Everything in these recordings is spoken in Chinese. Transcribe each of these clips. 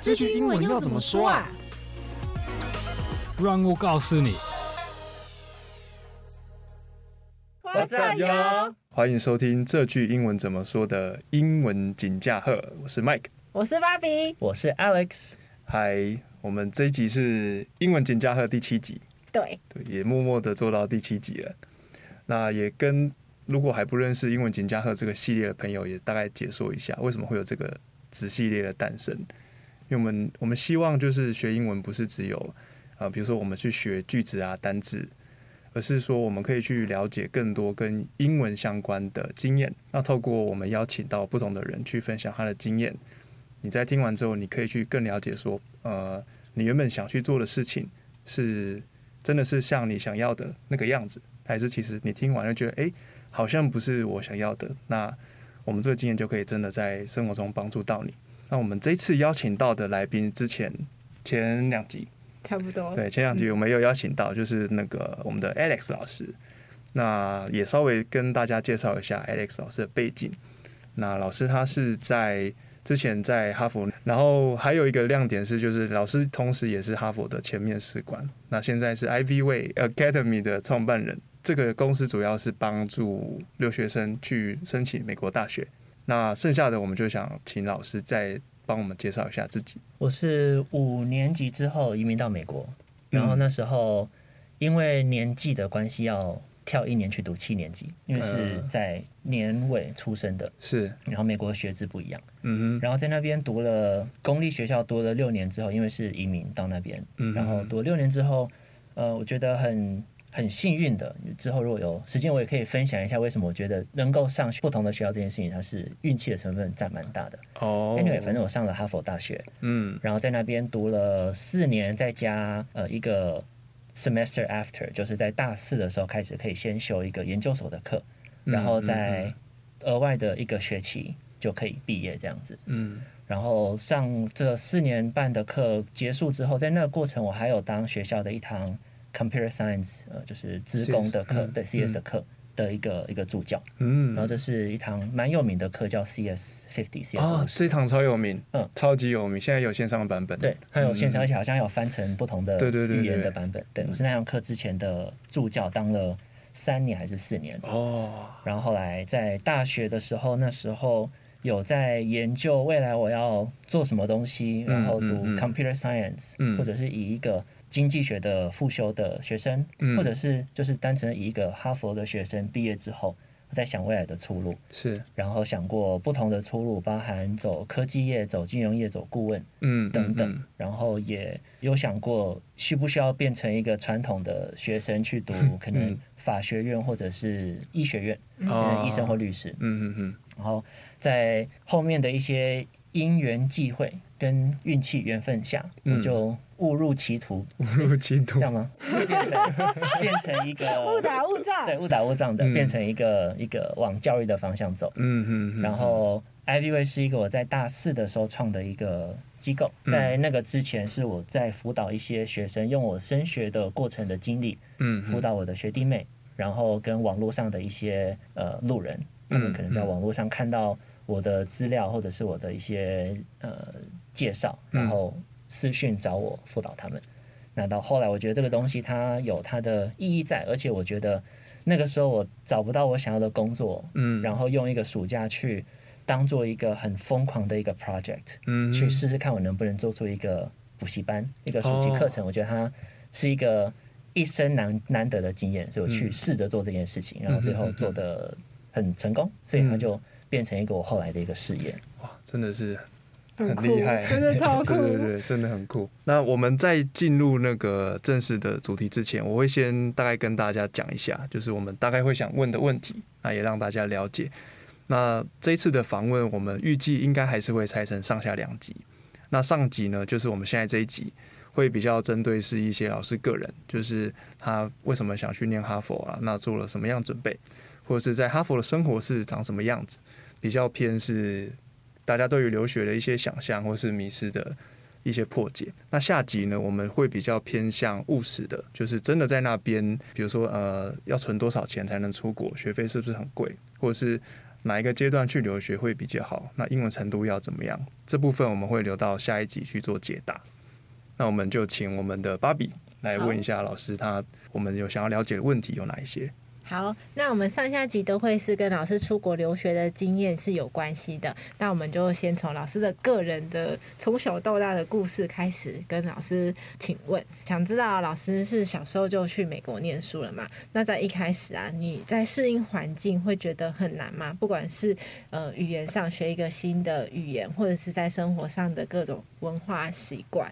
这句英文要怎么说啊？让我告诉你。 What's up, yo？欢迎收听这句英文怎么说的英文锦驾鹤，我是 Mike。我是芭比，我是 Alex，嗨，我们这一集是英文锦驾鹤第七集，对，对，也默默的做到第七集了。那也跟如果还不认识英文锦驾鹤这个系列的朋友，也大概解说一下为什么会有这个子系列的诞生。因为我们我们希望就是学英文不是只有呃，比如说我们去学句子啊、单字，而是说我们可以去了解更多跟英文相关的经验。那透过我们邀请到不同的人去分享他的经验，你在听完之后，你可以去更了解说，呃，你原本想去做的事情是真的是像你想要的那个样子，还是其实你听完就觉得，诶，好像不是我想要的。那我们这个经验就可以真的在生活中帮助到你。那我们这一次邀请到的来宾，之前前两集差不多。对，前两嗯集我们有邀请到，就是那个我们的 Alex 老师，那也稍微跟大家介绍一下 Alex 老师的背景。那老师他是在之前在哈佛，然后还有一个亮点是，就是老师同时也是哈佛的前面试官，那现在是 Ivy Way Academy 的创办人。这个公司主要是帮助留学生去申请美国大学。那剩下的我们就想请老师再帮我们介绍一下自己。我是五年级之后移民到美国，然后嗯那时候因为年纪的关系要跳一年去读七年级，因为是嗯在年尾出生的，是，然后美国学制不一样，嗯哼，然后在那边读了公立学校读了六年之后，因为是移民到那边，嗯然后读了六年之后，呃，我觉得很很幸运的。之后如果有时间，我也可以分享一下为什么我觉得能够上不同的学校这件事情，它是运气的成分占蛮大的。哦 Anyway，反正我上了哈佛大学，嗯然后在那边读了四年，再加呃一个 semester after，就是在大四的时候开始可以先修一个研究所的课，然嗯后再额外的一个学期就可以毕业这样子。嗯然后上这四年半的课结束之后，在那个过程，我还有当学校的一堂 computer science，呃，就是资工的 CS 课嗯对 CS 的课的一个一个助教。嗯，然后这是一堂蛮有名的课，叫 CS fifty CS 啊， 50。这一堂超有名，嗯超级有名，现在有线上的版本，对，还有现场，而且好像还有翻成不同的嗯对对对对语言的版本。对我是那堂课之前的助教，当了三年还是四年。哦，然后后来在大学的时候，那时候有在研究未来我要做什么东西，嗯然后读嗯嗯 computer science，、嗯或者是以一个经济学的复修的学生，嗯或者是就是单纯以一个哈佛的学生毕业之后，我在想未来的出路，是，然后想过不同的出路，包含走科技业、走金融业、走顾问嗯，等等，嗯，然后也有想过需不需要变成一个传统的学生去读可能法学院或者是医学院。嗯嗯哦医生或律师。嗯嗯嗯，然后在后面的一些因缘际会跟运气缘分下，嗯我就误入歧途，误入歧途这，样吗？变成变成一个误打误撞对，误打误撞的嗯变成一个一个往教育的方向走。嗯嗯，然后 Ivy Way 是一个我在大四的时候创的一个机构，嗯在那个之前是我在辅导一些学生，用我升学的过程的经历，嗯辅导我的学弟妹，然后跟网络上的一些呃路人，他嗯们可能在网络上看到我的资料或者是我的一些呃介绍，嗯然后私讯找我辅导他们。那到后来，我觉得这个东西它有它的意义在，而且我觉得那个时候我找不到我想要的工作，嗯然后用一个暑假去当做一个很疯狂的一个 project，嗯去试试看我能不能做出一个补习班、一个暑期课程。我觉得它是一个一生难难得的经验，所以我去试着做这件事情，然后最后做的很成功，所以它就变成一个我后来的一个事业。嗯哇，真的是很酷厉害，真的超酷对对对，真的很酷。那我们在进入那个正式的主题之前，我会先大概跟大家讲一下，就是我们大概会想问的问题，那也让大家了解。那这一次的访问，我们预计应该还是会拆成上下两集。那上集呢，就是我们现在这一集会比较针对是一些老师个人，就是他为什么想去念哈佛啊，那做了什么样准备，或者是在哈佛的生活是长什么样子，比较偏是大家对于留学的一些想象或是迷失的一些破解。那下集呢，我们会比较偏向务实的，就是真的在那边，比如说呃，要存多少钱才能出国，学费是不是很贵，或者是哪一个阶段去留学会比较好？那英文程度要怎么样？这部分我们会留到下一集去做解答。那我们就请我们的芭比来问一下老师他，我们有想要了解的问题有哪一些？好，那我们上下集都会是跟老师出国留学的经验是有关系的。那我们就先从老师的个人的从小到大的故事开始，跟老师请问，想知道老师是小时候就去美国念书了嘛？那在一开始啊，你在适应环境会觉得很难吗？不管是呃语言上学一个新的语言，或者是在生活上的各种文化习惯，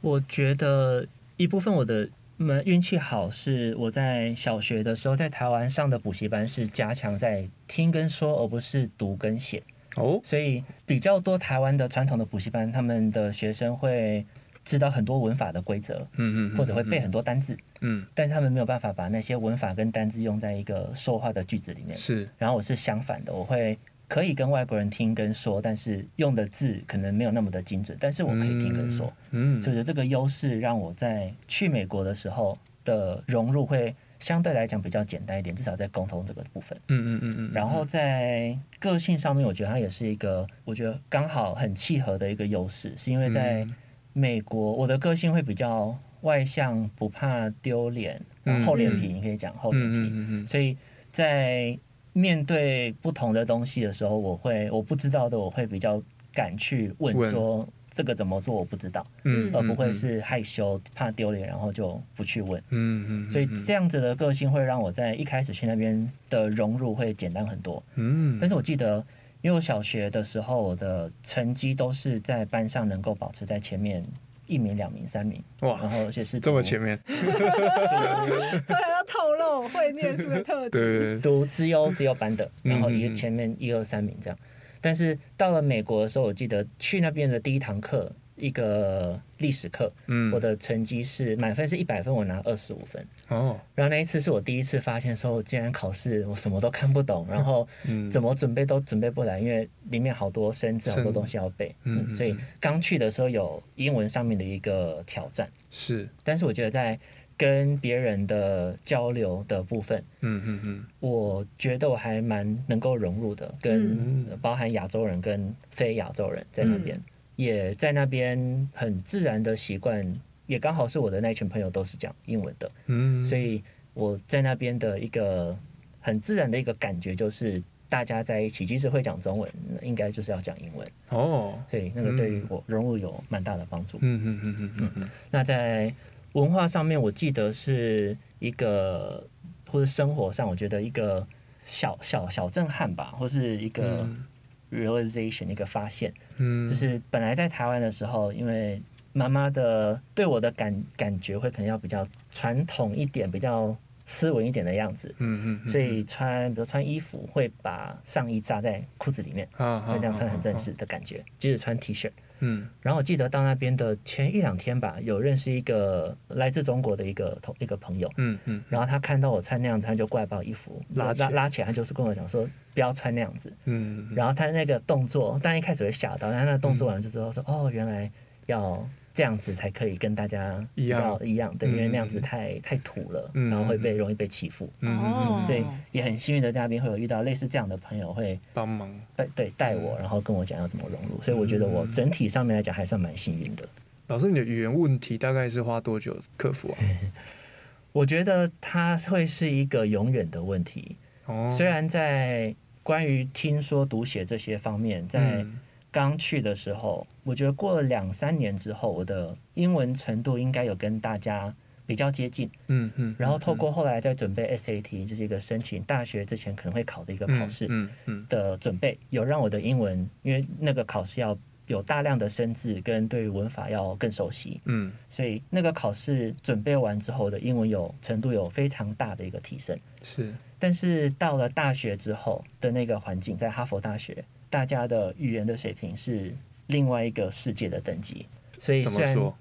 我觉得一部分我的嗯运气好，是我在小学的时候在台湾上的补习班是加强在听跟说，而不是读跟写，哦，所以比较多台湾的传统的补习班，他们的学生会知道很多文法的规则，嗯嗯，或者会背很多单字，嗯，但是他们没有办法把那些文法跟单字用在一个说话的句子里面。是，然后我是相反的，我会可以跟外国人听跟说，但是用的字可能没有那么的精准，但是我可以听跟说。嗯，所以我觉得这个优势让我在去美国的时候的融入会相对来讲比较简单一点，至少在沟通这个部分。嗯嗯嗯嗯，然后在个性上面，我觉得它也是一个，我觉得刚好很契合的一个优势，是因嗯为在美国，我的个性会比较外向，不怕丢脸，嗯厚脸皮，你可以讲厚嗯脸皮。嗯嗯嗯，所以在面对不同的东西的时候，我会我不知道的，我会比较敢去问问说这个怎么做，我不知道，嗯而不会，是害羞怕丢脸，然后就不去问。嗯嗯，所以这样子的个性会让我在一开始去那边的融入会简单很多。嗯，但是我记得，因为我小学的时候，我的成绩都是在班上能够保持在前面一名、两名、三名，然哇，后而且是这么读前面，突 然要透露会念书的特质。 对，读资优资优班的，然后嗯嗯一嗯前面一二三名这样。但是到了美国的时候，我记得去那边的第一堂课，一个历史课，嗯，我的成绩是满分是一百分，我拿二十五分。哦，然后那一次是我第一次发现，说我竟然考试我什么都看不懂，然后嗯，怎么，么准备都准备不来，因为里面好多生字，好多生东西要背。嗯嗯所以刚去的时候有英文上面的一个挑战，是，但是我觉得在跟别人的交流的部分，嗯嗯嗯，我觉得我还蛮能够融入的，跟嗯呃包含亚洲人跟非亚洲人在那边，也在那边很自然的习惯，也刚好是我的那群朋友都是讲英文的，嗯，所以我在那边的一个很自然的一个感觉就是。大家在一起，即使会讲中文，那应该就是要讲英文，哦，所以那个对于我融入有蛮大的帮助。嗯嗯嗯嗯嗯那在文化上面，我记得是一个，或者生活上，我觉得一个小小小震撼吧，或是一个 realization、一个发现，嗯，就是本来在台湾的时候，因为妈妈的对我的感感觉会可能要比较传统一点，比较斯文一点的样子，嗯嗯，所以穿比如穿衣服会把上衣扎在裤子里面，啊，会这样穿很正，式的感觉，即使穿 T 恤。嗯然后我记得到那边的前一两天吧，有认识一个来自中国的一个同一个朋友，嗯嗯，然后他看到我穿那样子，他就过来把我衣服拉起来拉拉起来，他就是跟我讲说不要穿那样子。嗯，然后他那个动作，当然一开始会吓到，但他那个动作完了就知道说、哦，原来要这样子才可以跟大家一样比较一样，对，因为嗯那样子太太土了，嗯然后会被容易被欺负。哦，对，也很幸运的嘉宾会有遇到类似这样的朋友会帮忙，带对带我，然后跟我讲要怎么融入，所以我觉得我整体上面来讲还算蛮幸运的。老师，你的语言问题大概是花多久克服啊？我觉得它会是一个永远的问题。哦，虽然在关于听说读写这些方面，在刚去的时候，我觉得过了两三年之后，我的英文程度应该有跟大家比较接近。嗯嗯，然后透过后来在准备 SAT，就是一个申请大学之前可能会考的一个考试嗯嗯的准备，有让我的英文，因为那个考试要有大量的生字跟对于文法要更熟悉。嗯所以那个考试准备完之后的英文有程度有非常大的一个提升。是，但是到了大学之后的那个环境，在哈佛大学，大家的语言的水平是另外一个世界的等级。所以怎虽么然说？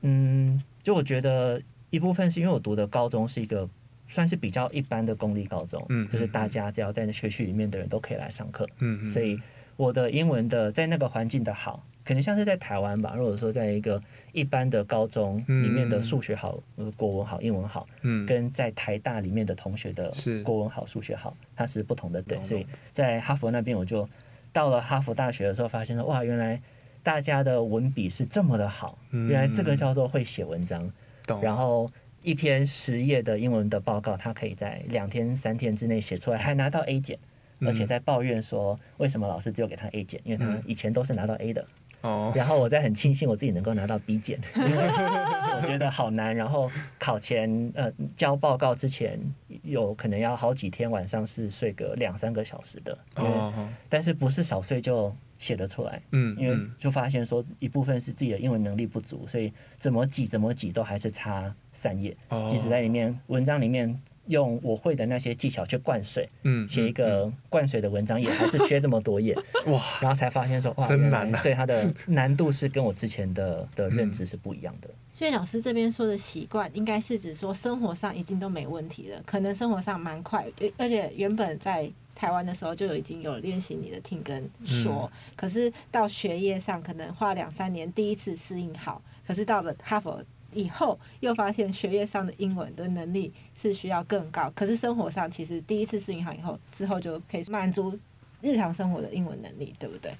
嗯，就我觉得一部分是因为我读的高中是一个算是比较一般的公立高中，嗯就是大家只要在那学区里面的人都可以来上课，嗯，所以我的英文的在那个环境的好，可能像是在台湾吧，如果说在一个一般的高中里面的数学好、呃国文好、英文好，嗯，跟在台大里面的同学的是国文好、数学好，它是不同的等。懂所以在哈佛那边，我就到了哈佛大学的时候，发现说哇，原来大家的文笔是这么的好，原来这个叫做会写文章。嗯懂，然后一篇十页的英文的报告，他可以在两天、三天之内写出来，还拿到 A 减，嗯而且在抱怨说为什么老师只有给他 A 减，因为他以前都是拿到 A 的。哦，然后我在很庆幸我自己能够拿到 B 减，因为 我觉得好难。然后考前呃交报告之前，有可能要好几天晚上是睡个两三个小时的，因为哦，哦但是不是少睡就写得出来。嗯，因为嗯就发现说一部分是自己的英文能力不足，所以怎么挤怎么挤都还是差三页。哦即使在里面文章里面用我会的那些技巧去灌水，嗯写一嗯个灌水的文章也还是缺这么多页，嗯 哇，然后才发现说哇，真原难来啊嗯对 它的难度是跟我之前的的认知是不一样的。所以老师这边说的习惯，应该是指说生活上已经都没问题了，可能生活上蛮快，呃而且原本在台湾的时候就已经有练习你的听跟说，可是到学业上可能花两三年第一次适应好，可是到了哈佛。以后又发现学业上的英文的能力是需要更高，可是生活上其实第一次适应好以后，之后就可以满足日常生活的英文能力，对不对？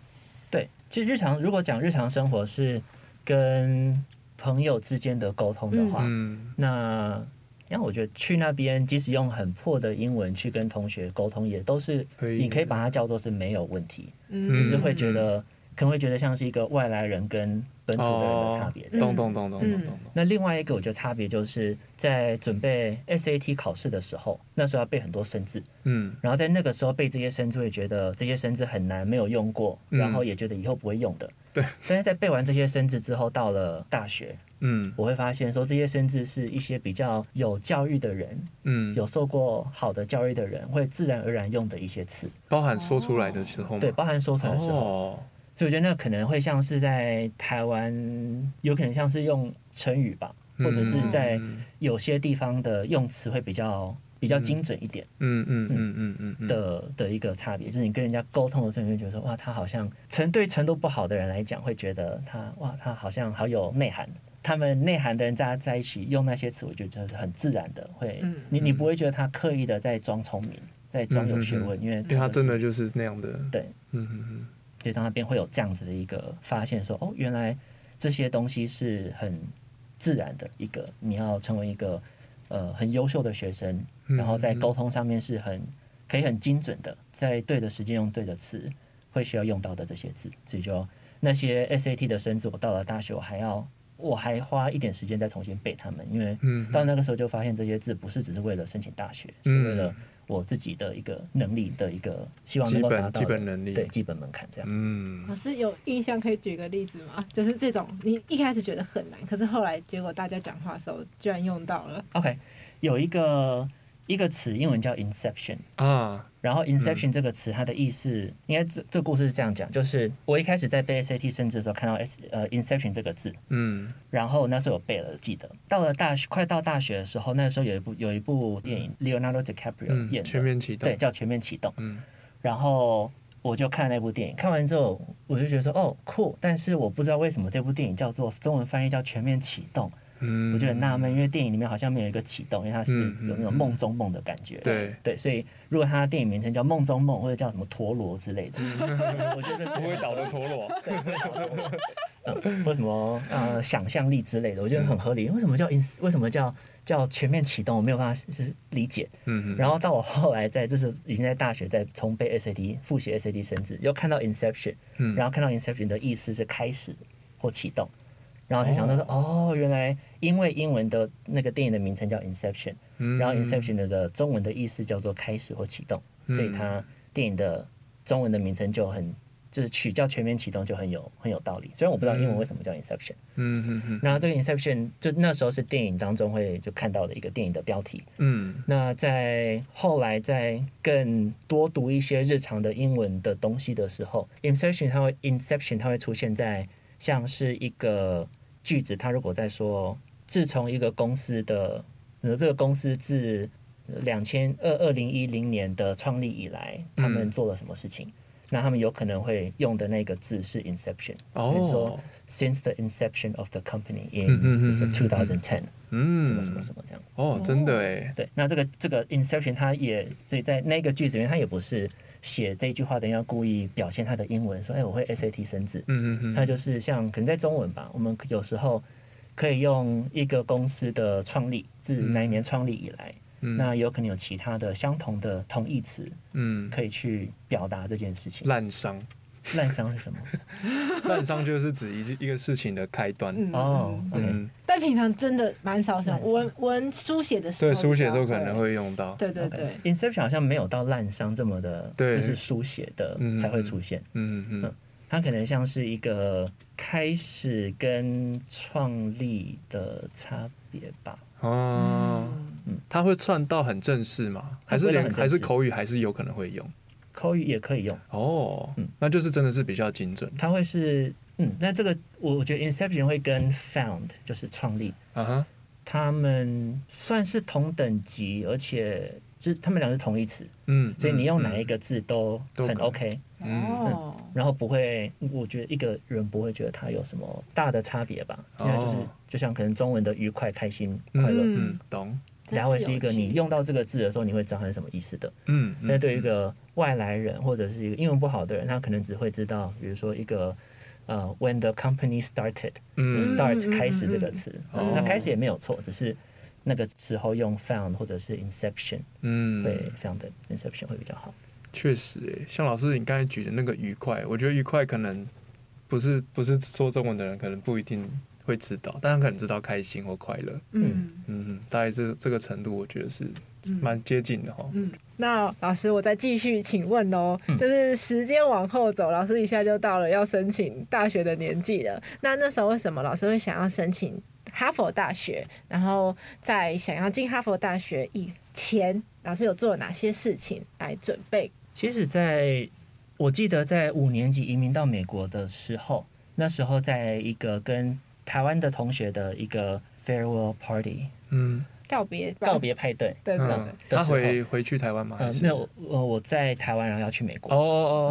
对，其实日常如果讲日常生活是跟朋友之间的沟通的话，嗯，那因为我觉得去那边，即使用很破的英文去跟同学沟通，也都是可以你可以把它叫做是没有问题，嗯，只是会觉得可能会觉得像是一个外来人跟本土的人的差别这样。哦懂懂懂懂懂懂懂，那另外一个我觉得差别就是在准备 SAT 考试的时候，那时候要背很多生字，嗯然后在那个时候背这些生字，会觉得这些生字很难，没有用过，嗯然后也觉得以后不会用的。对。但是在背完这些生字之后，到了大学，嗯我会发现说这些生字是一些比较有教育的人嗯，有受过好的教育的人会自然而然用的一些词，包含说出来的时候吗，对，包含说出来的时候，哦，所以我觉得那可能会像是在台湾，有可能像是用成语吧，或者是在嗯有些地方的用词会比较比较精准一点嗯嗯嗯嗯嗯嗯的、的一个差别，就是你跟人家沟通的时候，你会觉得说，哇，他好像程对程度不好的人来讲，会觉得他哇，他好像好有内涵。他们内涵的人大家在一起用那些词，我觉得就是很自然的，会、嗯你你不会觉得他刻意的在装聪明，在装有学问，因为嗯因为他就是真的就是那样的，对，嗯嗯嗯，所以到那边会有这样子的一个发现说，哦，原来这些东西是很自然的一个，你要成为一个呃很优秀的学生，嗯然后在沟通上面是很可以很精准的，在对的时间用对的词，会需要用到的这些字，所以就那些 SAT 的生字，我到了大学我还要。我还花一点时间再重新背他们，因为嗯到那个时候就发现这些字不是只是为了申请大学，是为了我自己的一个能力的一个希望能够基本达到基本的能力对基本门槛这样。嗯老师有印象可以举个例子吗？就是这种你一开始觉得很难，可是后来结果大家讲话的时候居然用到了。 OK，有一个一个词，英文叫 inception。啊，然后 inception 这个词，它的意思，应该这这故事是这样讲，就是我一开始在背 SAT 生字的时候，看到 S 呃 inception 这个字，嗯然后那时候有背了，记得。到了大学，快到大学的时候，那时候有一部有一部电影，Leonardo DiCaprio 嗯，演全的，面启动，对，叫《全面启动》。嗯然后我就看了那部电影，看完之后我就觉得说，哦，酷！但是我不知道为什么这部电影叫做中文翻译叫《全面启动》。嗯，我就很纳闷，因为电影里面好像没有一个启动，因为它是嗯嗯有那种梦中梦的感觉。对对，所以如果它的电影名称叫《梦中梦》或者叫什么陀螺之类的，嗯 我觉得这是不会倒的陀螺，嗯或什么呃想象力之类的，我觉得很合嗯理。为什么叫 ins？为什么叫叫全面启动？我没有办法就是理解。嗯，然后到我后来在这是已经在大学在重背 SAT 复习 SAT 生字，又看到 Inception，嗯然后看到 Inception 的意思是开始或启动，然后才想到说哦原来因为英文的那个电影的名称叫 Inception，、嗯然后 Inception 的中文的意思叫做开始或启动，所以它电影的中文的名称就很就是取叫全面启动就很有很有道理。虽然我不知道英文为什么叫 Inception，、嗯嗯嗯然后这个 Inception 就那时候是电影当中会就看到的一个电影的标题，嗯那在后来在更多读一些日常的英文的东西的时候，inception 它会 inception 它会出现在像是一个句子，它如果在说自从一个公司的呃这个公司自两千二二零一零年的创立以来，他们做了什么事情？那他们有可能会用的那个字是 inception，比如说哦， since the inception of the company 嗯 in 嗯嗯比如说嗯嗯2010嗯，什么什么什么这样。哦，真的哎，对，那这个这个 inception 它也所以在那个句子里面，它也不是写这句话的人要故意表现他的英文，说哎我会 SAT 生字，嗯嗯嗯，它就是像可能在中文吧，我们有时候可以用一个公司的创立自哪一年创立以来，嗯那有可能有其他的相同的同义词嗯，可以去表达这件事情。烂 伤，烂伤是什么？烂伤就是指一一个事情的开端。嗯哦，OK、o k 嗯，但平常真的蛮少使用蛮少文文书写的时候，对，书写的时候可能，会用到。对对对， Inception 好像没有到烂伤这么的，对就是书写的嗯才会出现。嗯嗯嗯它可能像是一个开始跟创立的差别吧。哦，它会串到很正式吗？还是嗯它不会到连很正式还是口语还是有可能会用？口语也可以用，哦嗯，那就是真的是比较精准它会是嗯，那这个我我觉得 Inception 会跟 Found 就是创立，啊哈。他们算是同等级，而且就是他们俩是同义词，嗯，所以你嗯用哪一？个字都都很可以 OK，、嗯哦，然后不会，我觉得一个人不会觉得它有什么大的差别吧，因为它就是、哦就像可能中文的愉快、开心、快乐，嗯，懂。它会是一个真有趣你用到这个字的时候，你会知道它是什么意思的。嗯，嗯但对于一个外来人或者是一个英文不好的人，他可能只会知道，比如说一个呃，when the company started，就嗯 start、嗯嗯嗯开始这个词，哦那开始也没有错，只是那个时候用 found 或者是 inception 会嗯， found inception 会比较好。确实诶，像老师你刚才举的那个愉快，我觉得愉快可能不是不是说中文的人可能不一定会知道，但他可能知道开心或快乐。嗯嗯，嗯，大概这这个程度，我觉得是蛮接近的哈。嗯。那老师，我再继续请问喽，嗯就是时间往后走，老师一下就到了要申请大学的年纪了。那那时候为什么老师会想要申请哈佛大学？然后在想要进哈佛大学以前，老师有做哪些事情来准备？其实在，我记得在五年级移民到美国的时候，那时候在一个跟台湾的同学的一个 farewell party 嗯，告别吧告，别派对，对对嗯对，他回回去台湾吗？还呃，是没有，我我在台湾，然后要去美哦国，哦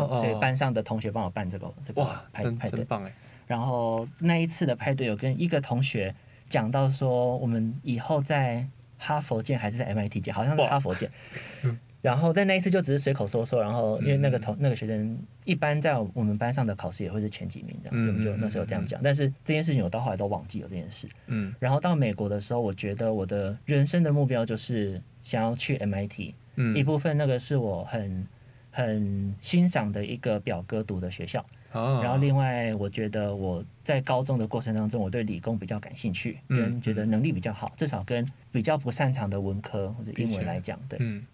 哦哦，所以班上的同学帮我办这个这个哇，派真派对真。棒哎！然后那一次的派对，有跟一个同学讲到说，我们以后在哈佛见还是在 MIT 见，好像是哇嗯哈佛见。然后但那一次就只是随口说说，然后因为那个同、那个学生一般在我们班上的考试也会是前几名这样，所以我们就嗯嗯那时候这样讲。但是这件事情我到后来都忘记了这件事。嗯然后到美国的时候，我觉得我的人生的目标就是想要去 MIT，一嗯，部分那个是我很很欣赏的一个表哥读的学校。哦然后另外，我觉得我在高中的过程当中，我对理工比较感兴趣，嗯跟觉得能力比较好，至少跟比较不擅长的文科或者比英起文来来讲，对。嗯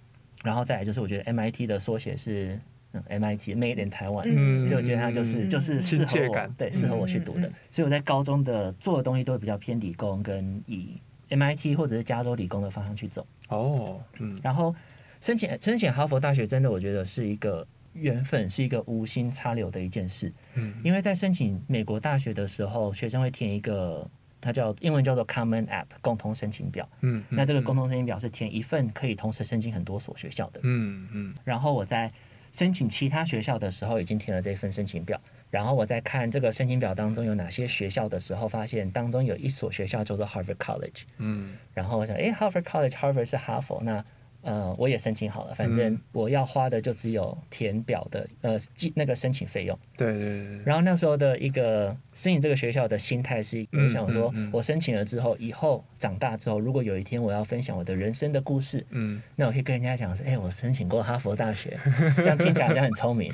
然后再来就是，我觉得 MIT 的缩写是嗯 MIT Made in Taiwan，、嗯，所以我觉得它就是、嗯就是适亲切合我感，对，适合我去读的。嗯嗯所以我在高中的做的东西都会比较偏理工，跟以 MIT 或者是加州理工的方向去走。哦，嗯然后申请申请哈佛大学，真的我觉得是一个缘分，是一个无心插柳的一件事。嗯，因为在申请美国大学的时候，学生会填一个，它叫英文叫做 Common App 共同申请表。嗯，嗯那这个共同申请表是填一份可以同时申请很多所学校的。嗯嗯然后我在申请其他学校的时候，已经填了这份申请表。然后我在看这个申请表当中有哪些学校的时候，发现当中有一所学校叫做 Harvard College。嗯然后我想，诶 h a r v a r d College，Harvard 是哈佛，那呃，我也申请好了，反正嗯我要花的就只有填表的呃记那个申请费用。对对对对，然后那时候的一个申请这个学校的心态是，嗯我想说嗯嗯，我申请了之后，以后长大之后，如果有一天我要分享我的人生的故事，嗯那我可以跟人家讲说，哎诶，我申请过哈佛大学， 这样听起来好像很聪 明。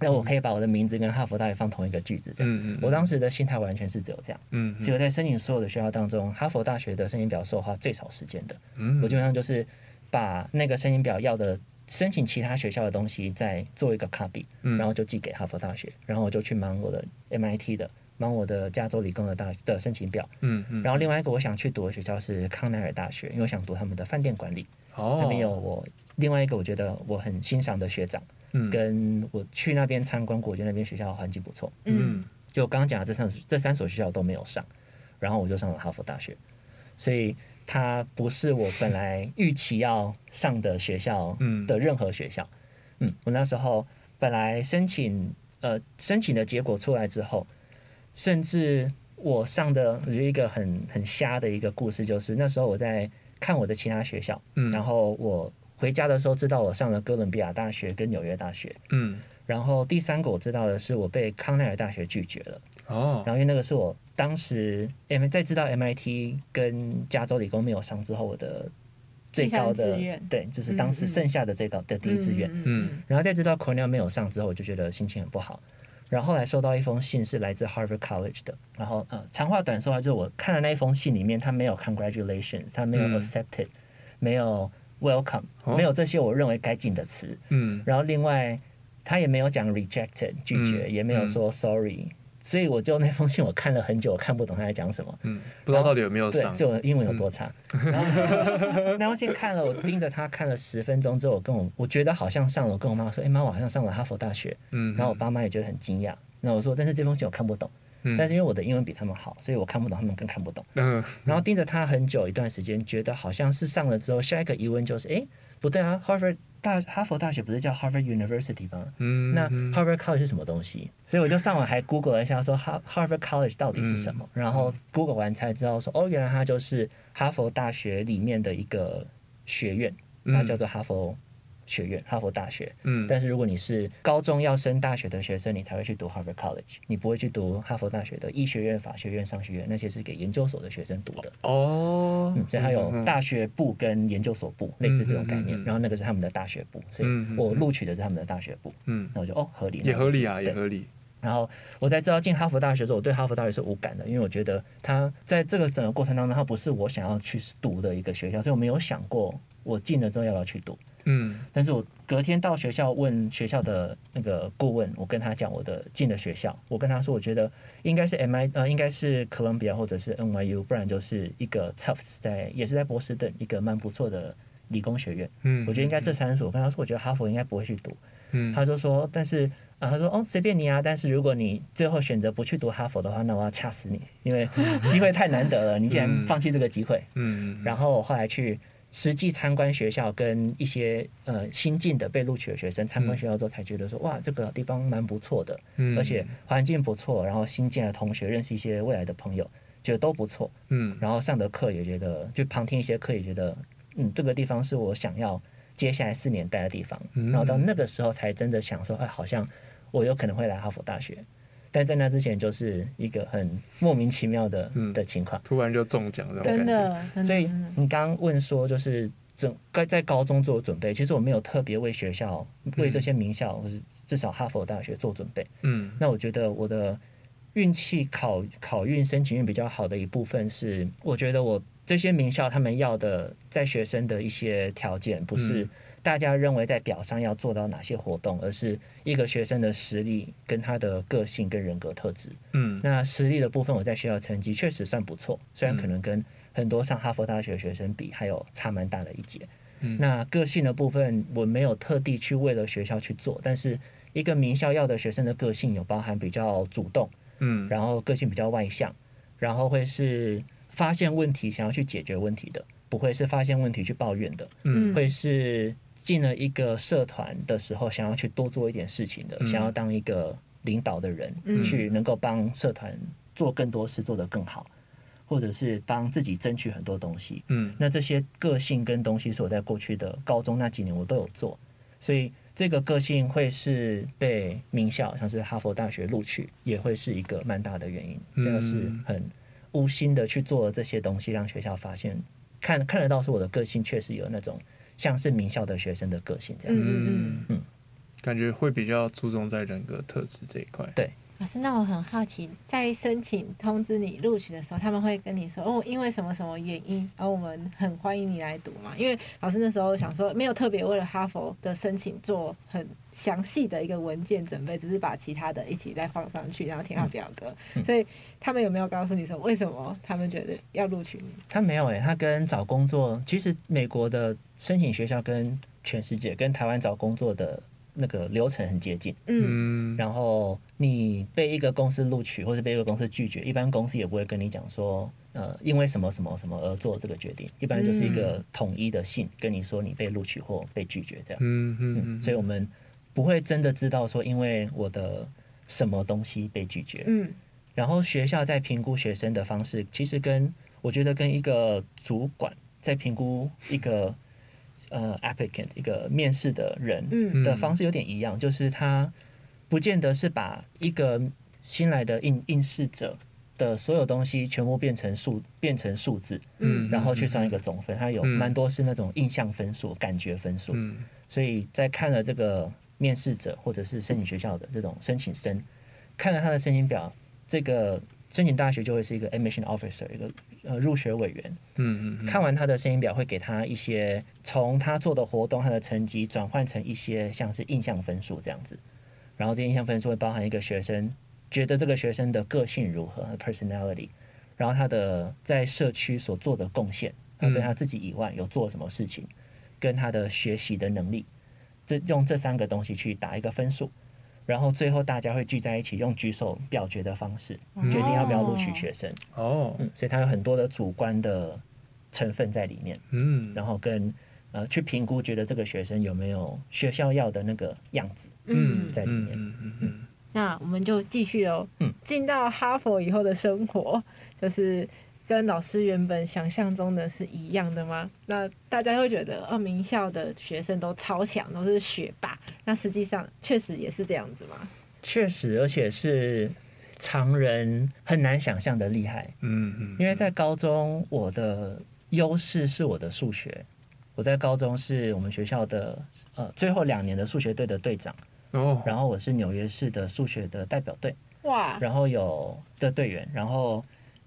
那我可以把我的名字跟哈佛大学放同一个句子，这样。嗯嗯，我当时的心态完全是只有这样。嗯结果在申请所有的学校当中，哈佛大学的申请表是我花最少时间的。嗯我基本上就是把那个申请表要的申请其他学校的东西，再做一个 copy，嗯然后就寄给哈佛大学，然后我就去忙我的 MIT 的，忙我的加州理工的大的申请表。嗯嗯，然后另外一个我想去读的学校是康奈尔大学，因为我想读他们的饭店管理，哦那边有我另外一个我觉得我很欣赏的学长，嗯跟我去那边参观过，我觉得那边学校环境不错。嗯，嗯就我刚刚讲的这三这三所学校都没有上，然后我就上了哈佛大学，所以它不是我本来预期要上的学校哦嗯的任何学校。嗯，我那时候本来申请呃申请的结果出来之后，甚至我上的有一个很很瞎的一个故事，就是那时候我在看我的其他学校，嗯然后我回家的时候知道我上了哥伦比亚大学跟纽约大学，嗯，然后第三个我知道的是我被康奈尔大学拒绝了。哦，然后因为那个是我当时 M 在知道 MIT 跟加州理工没有上之后，我的最高第三的志愿对，就是当时剩下的最高的第一志愿。嗯然后在知道 Cornell 没有上之后，我就觉得心情很不好。然后后来收到一封信，是来自 Harvard College 的。然后呃，长话短说啊，就是我看了那一封信里面，他没有 congratulations，他没有嗯 accepted，、没有 welcome，、哦没有这些我认为该进的词。嗯然后另外他也没有讲 rejected 拒绝，嗯也没有说 sorry，、所以我就那封信我看了很久，我看不懂他在讲什么。嗯，不知道到底有没有对，上，这我英文有多差。嗯然 后那封信看了，我盯着他看了十分钟之后，我跟我我觉得好像上了，我跟我妈说：“哎、妈，我好像上了哈佛大学。”嗯，然后我爸妈也觉得很惊讶。那我说：“但是这封信我看不懂。”嗯但是因为我的英文比他们好，所以我看不懂，他们更看不懂。嗯然后盯着他很久一段时间，觉得好像是上了之后，下一个疑问就是：哎，不对啊，Harvard 大哈佛大学不是叫 Harvard University 吗？嗯，那 Harvard College 是什么东西？所以我就上网还 Google 了一下，说哈 Harvard College 到底是什么？然后 Google 完才知道说，哦，原来它就是哈佛大学里面的一个学院，它嗯叫做哈佛学院，哈佛大学。嗯但是如果你是高中要升大学的学生，你才会去读 Harvard College，你不会去读哈佛大学的医学院、法学院、商学院，那些是给研究所的学生读的。哦嗯，，所以它有大学部跟研究所部，类似这种概嗯嗯念。嗯然后那个是他们的大学部，所嗯嗯以我录取的是他们的大学部。嗯，那我就哦，合理，也合理啊，对也合理，然后我才知道进哈佛大学的时候，我对哈佛大学是无感的，因为我觉得它在这个整个过程当中，它不是我想要去读的一个学校，所以我没有想过我进了之后要不要去读。嗯但是我隔天到学校问学校的那个顾问，我跟他讲我的进的学校，我跟他说我觉得应该是 MI 呃应该是哥伦比亚或者是 NYU，不然就是一个 Tufts 在也是在波士顿一个蛮不错的理工学院。嗯，我觉得应该这三所，我跟他说我觉得哈佛应该不会去读，嗯他就说，但是啊，他说哦，随便你啊，但是如果你最后选择不去读哈佛的话，那我要掐死你，因为机会太难得了，你竟然放弃这个机会。嗯，然后我后来去实际参观学校，跟一些呃新进的被录取的学生参观学校之后，才觉得说，哇，这个地方蛮不错的，嗯而且环境不错，然后新进的同学认识一些未来的朋友，觉得都不错。嗯然后上的课也觉得，就旁听一些课也觉得，嗯，这个地方是我想要接下来四年待的地方。然后到那个时候才真的想说，哎，好像我有可能会来哈佛大学。但在那之前就是一个很莫名其妙的嗯的情况。突然就中奖这种感觉真，的，真的嗯所以真的你刚刚问说，就是整该在高中做准备，其实我没有特别为学校、为这些名校，或是至少哈佛大学做准备。嗯那我觉得我的运气考考运申请运比较好的一部分是，我觉得我这些名校他们要的在学生的一些条件，不是嗯大家认为在表上要做到哪些活动，而是一个学生的实力跟他的个性跟人格特质。嗯那实力的部分，我在学校成绩确实算不错，虽然可嗯能跟很多上哈佛大学的学生比，还有差蛮大的一截。嗯那个性的部分，我没有特地去为了学校去做，但是一个名校要的学生的个性有包含比较主动，嗯然后个性比较外向，然后会是发现问题想要去解决问题的，不会是发现问题去抱怨的，嗯会是进了一个社团的时候想要去多做一点事情的，嗯想要当一个领导的人，嗯去能够帮社团做更多事，做得更好，或者是帮自己争取很多东西。嗯那这些个性跟东西是我在过去的高中那几年我都有做，所以这个个性会是被名校，像是哈佛大学录取，也会是一个蛮大的原因。嗯这个是很无心的去做了这些东西，让学校发现看看得到，是我的个性确实有那种像是名校的学生的个性这样子。嗯嗯，感觉会比较注重在人格特质这一块，老师，那我很好奇，在申请通知你录取的时候，他们会跟你说哦，因为什么什么原因，然后我们很欢迎你来读嘛？因为老师那时候想说，没有特别为了哈佛的申请做很详细的一个文件准备，只是把其他的一起再放上去，然后填好表格。所以他们有没有告诉你说，为什么他们觉得要录取你？他没有诶、欸他跟找工作，其实美国的申请学校跟全世界跟台湾找工作的那个流程很接近。嗯嗯然后你被一个公司录取，或是被一个公司拒绝，一般公司也不会跟你讲说，呃，因为什么什么什么而做这个决定，一般就是一个统一的信跟你说你被录取或被拒绝这样。嗯嗯所以我们不会真的知道说因为我的什么东西被拒绝。嗯然后学校在评估学生的方式，其实跟我觉得跟一个主管在评估一个呃 applicant 一个面试的人嗯的方式有点一样，就是他不见得是把一个新来的应应试者的所有东西全部变成数变成数字，嗯然后去算一个总分，它有嗯蛮多是那种印象分数、感觉分数，嗯所以在看了这个面试者或者是申请学校的这种申请生，看了他的申请表，这个申请大学就会是一个 admission officer，一个呃入学委员。嗯嗯，看完他的申请表，会给他一些从他做的活动、他的成绩转换成一些像是印象分数这样子。然后这印象分数会包含一个学生觉得这个学生的个性如何他的，personality，然后他的在社区所做的贡献，他对他自己以外有做什么事情，跟他的学习的能力，这用这三个东西去打一个分数。然后最后大家会聚在一起，用举手表决的方式、决定要不要录取学生。哦，嗯，所以它有很多的主观的成分在里面，嗯然后跟呃去评估，觉得这个学生有没有学校要的那个样子嗯，在里嗯面。嗯嗯那我们就继续哦嗯，进到哈佛以后的生活，就是跟老师原本想象中的是一样的吗？那大家会觉得，哦，名校的学生都超强，都是学霸，那实际上确实也是这样子吗？确实，而且是常人很难想象的厉害。嗯嗯，因为在高中，我的优势是我的数学。我在高中是我们学校的呃最后两年的数学队的队长，哦，然后我是纽约市的数学的代表队。哇，然后有的队员，然后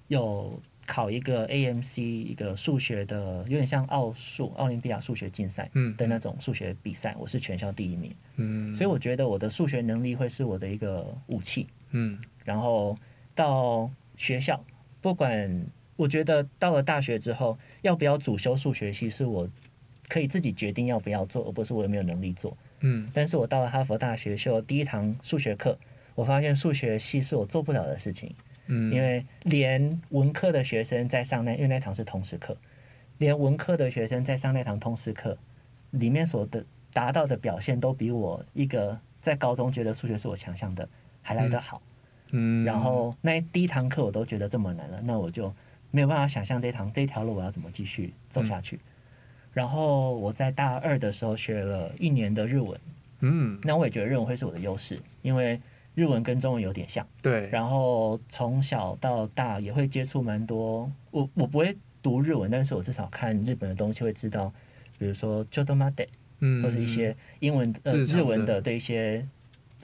有考一个 AMC 一个数学的，有点像奥数奥林匹亚数学竞赛嗯的那种数学比赛，我是全校第一名，嗯，所以我觉得我的数学能力会是我的一个武器。嗯然后到学校，不管我觉得到了大学之后，要不要主修数学系是我可以自己决定要不要做，而不是我有没有能力做。嗯但是我到了哈佛大学修第一堂数学课，我发现数学系是我做不了的事情。嗯，因为连文科的学生在上那，因为那堂是通识课，连文科的学生在上那堂通识课里面所的达到的表现，都比我一个在高中觉得数学是我强项的还来得好。嗯，然后那第一堂课我都觉得这么难了，那我就没有办法想象这堂这条路我要怎么继续走下嗯去。然后我在大二的时候学了一年的日文，嗯那我也觉得日文会是我的优势，因为日文跟中文有点像。对，然后从小到大也会接触蛮多，我我不会读日文，但是我至少看日本的东西会知道，比如说 j o d o m a d e 嗯或是一些英文呃日常的日文的对一些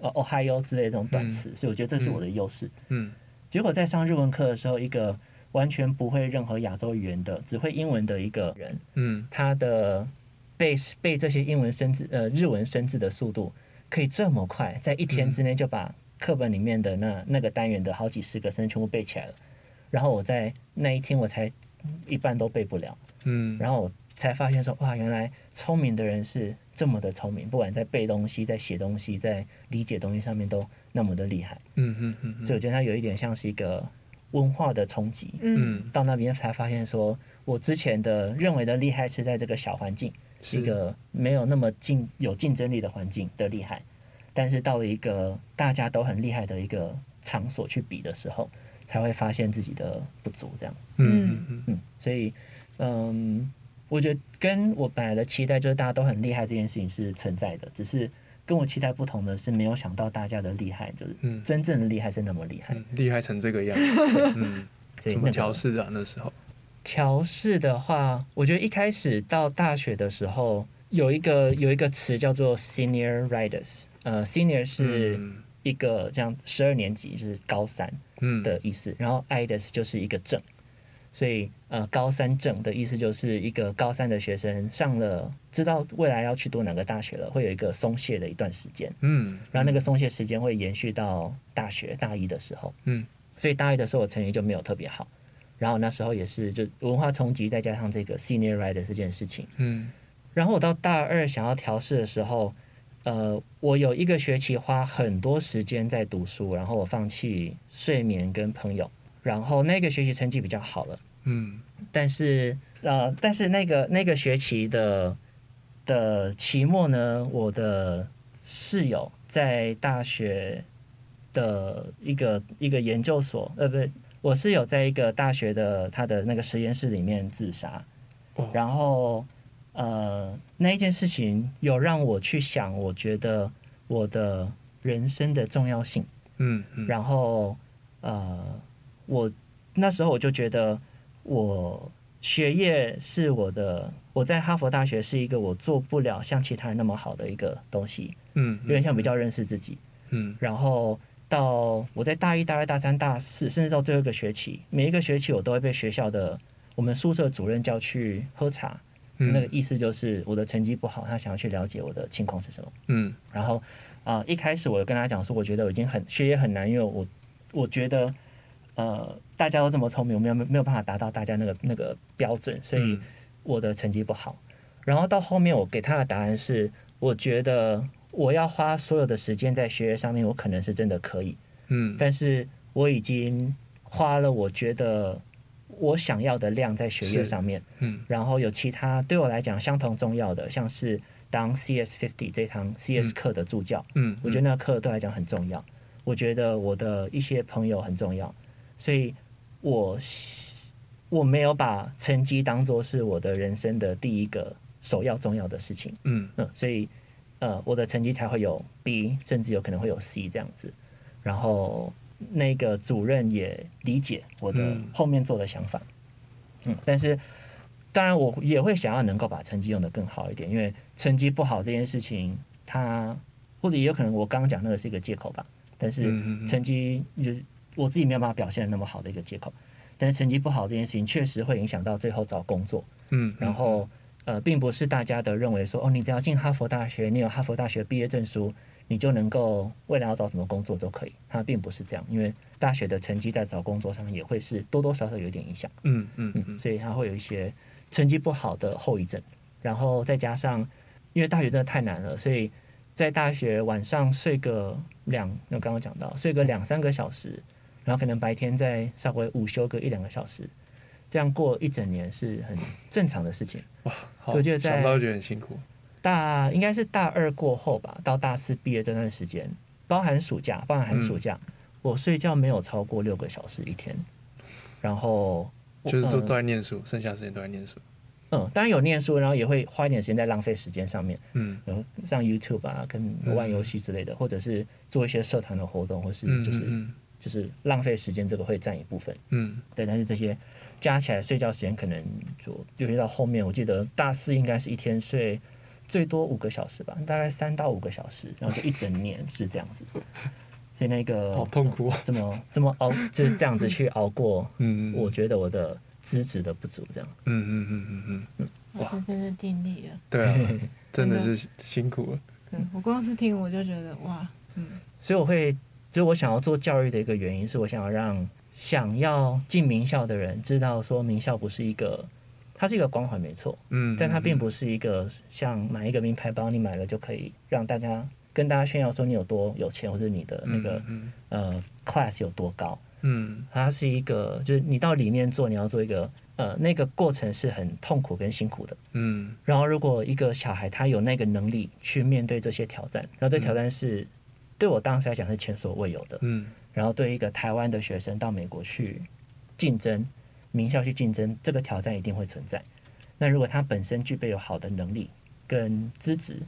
呃 Ohio 之类的这种短词，所以我觉得这是我的优势。嗯结果在上日文课的时候，一个完全不会任何亚洲语言的，只会英文的一个人，嗯他的被被这些英文生字呃日文生字的速度可以这么快，在一天之内就把课本里面的那那个单元的好几十个甚至全部背起来了。然后我在那一天我才一半都背不了，嗯，然后我才发现说哇，原来聪明的人是这么的聪明，不管在背东西、在写东西、在理解东西上面都那么的厉害。嗯嗯嗯所以我觉得它有一点像是一个文化的冲击。嗯嗯到那边才发现说，我之前的认为的厉害是在这个小环境，是一个没有那么竞有竞争力的环境的厉害，但是到了一个大家都很厉害的一个场所去比的时候，才会发现自己的不足。这样，嗯嗯嗯，所以，嗯，我觉得跟我本来的期待就是大家都很厉害这件事情是存在的，只是跟我期待不同的是，没有想到大家的厉害就是嗯真正的厉害是那么厉害，嗯，厉害成这个样子，嗯，所怎以那么个调试啊？那时候，调试的话，我觉得一开始到大学的时候，有一个有一个词叫做 senior writers，呃，senior 是嗯一个这样十二年级，就是高三嗯的意思，然后 ides 就是一个证，所以呃，高三证的意思就是一个高三的学生上了知道未来要去读哪个大学了，会有一个松懈的一段时间，嗯然后那个松懈时间会延续到大学大一的时候。嗯所以大一的时候我成绩就没有特别好。然后那时候也是就文化冲击，再加上这个 senior writer 这件事情。嗯然后我到大二想要调试的时候，呃，我有一个学期花很多时间在读书，然后我放弃睡眠跟朋友，然后那个学期成绩比较好了，嗯但是呃，但是那个那个学期的的期末呢，我的室友在大学的一个一个研究所，呃，不，我室友在一个大学的他的那个实验室里面自杀，哦然后呃，那一件事情有让我去想，我觉得我的人生的重要性。嗯嗯然后呃，我那时候我就觉得我学业是我的，我在哈佛大学是一个我做不了像其他人那么好的一个东西，嗯，有点像比较认识自己。嗯然后到我在大一、大二、大三、大四，甚至到最后一个学期，每一个学期我都会被学校的我们宿舍主任叫去喝茶。嗯那个意思就是我的成绩不好，他想要去了解我的情况是什么。嗯然后啊、呃一开始我跟他讲说，我觉得我已经很学业很难，因为我我觉得呃大家都这么聪明，我没有没有办法达到大家那个那个标准，所以嗯我的成绩不好。然后到后面我给他的答案是，我觉得我要花所有的时间在学业上面，我可能是真的可以，嗯但是我已经花了我觉得我想要的量在学业是上面。嗯然后有其他对我来讲相同重要的，像是当 CS fifty 这堂 CS 课的助教，嗯，我觉得那个课对我来讲很重要。我觉得我的一些朋友很重要，所以我希我没有把成绩当做是我的人生的第一个首要重要的事情。嗯嗯，所以呃，我的成绩才会有 B，甚至有可能会有 C 这样子。然后那个主任也理解我的嗯后面做的想法，嗯，但是当然我也会想要能够把成绩用得更好一点，因为成绩不好这件事情，它或者也有可能我刚刚讲那个是一个借口吧，但是嗯嗯嗯成绩就我自己没有办法表现的那么好的一个借口。但是成绩不好这件事情确实会影响到最后找工作，嗯，然后呃，并不是大家的认为说，哦，你只要进哈佛大学，你有哈佛大学毕业证书，你就能够未来要找什么工作都可以。它并不是这样，因为大学的成绩在找工作上也会是多多少少有一点影响，嗯嗯嗯嗯，所以它会有一些成绩不好的后遗症，然后再加上因为大学真的太难了，所以在大学晚上睡个两，我刚刚讲到睡个两三个小时，然后可能白天再稍微午休个一两个小时。这样过一整年是很正常的事情，好，我觉得在想到就觉得很辛苦。大应该是大二过后吧，到大四毕业这段时间，包含暑假，包含寒嗯暑假，我睡觉没有超过六个小时一天，然后我就是都嗯都在念书，剩下时间都在念书。嗯，当然有念书，然后也会花一点时间在浪费时间上面，嗯嗯，上 YouTube 啊，跟玩游戏之类的，或者是做一些社团的活动，或是嗯就是、嗯就是浪费时间，这个会占一部分。嗯对，但是这些加起来睡觉时间可能就，尤其到后面，我记得大四应该是一天睡最多五个小时吧，大概三到五个小时，然后就一整年是这样子。所以那嗯，个好痛苦哦。这么这么熬，就是这样子去熬过，嗯，我觉得我的资质的不足，这样嗯嗯嗯嗯嗯，老师真是尽力了。对啊，真的真的是辛苦了。嗯，我光是听我就觉得哇，所以我会，就是我想要做教育的一个原因，是我想要让想要进名校的人知道，说名校不是一个，它是一个光环，没错，嗯，但它并不嗯是一个像买一个名牌包，你买了就可以让大家跟大家炫耀说你有多有钱，或者你的那个、嗯呃 class 有多高。嗯它是一个，就是你到里面做，你要做一个呃，那个过程是很痛苦跟辛苦的。嗯然后，如果一个小孩他有那个能力去面对这些挑战，然后这挑战是、对我当时来讲是前所未有的。嗯然后，对一个台湾的学生到美国去竞争名校去竞争，这个挑战一定会存在。那如果他本身具备有好的能力、跟资质、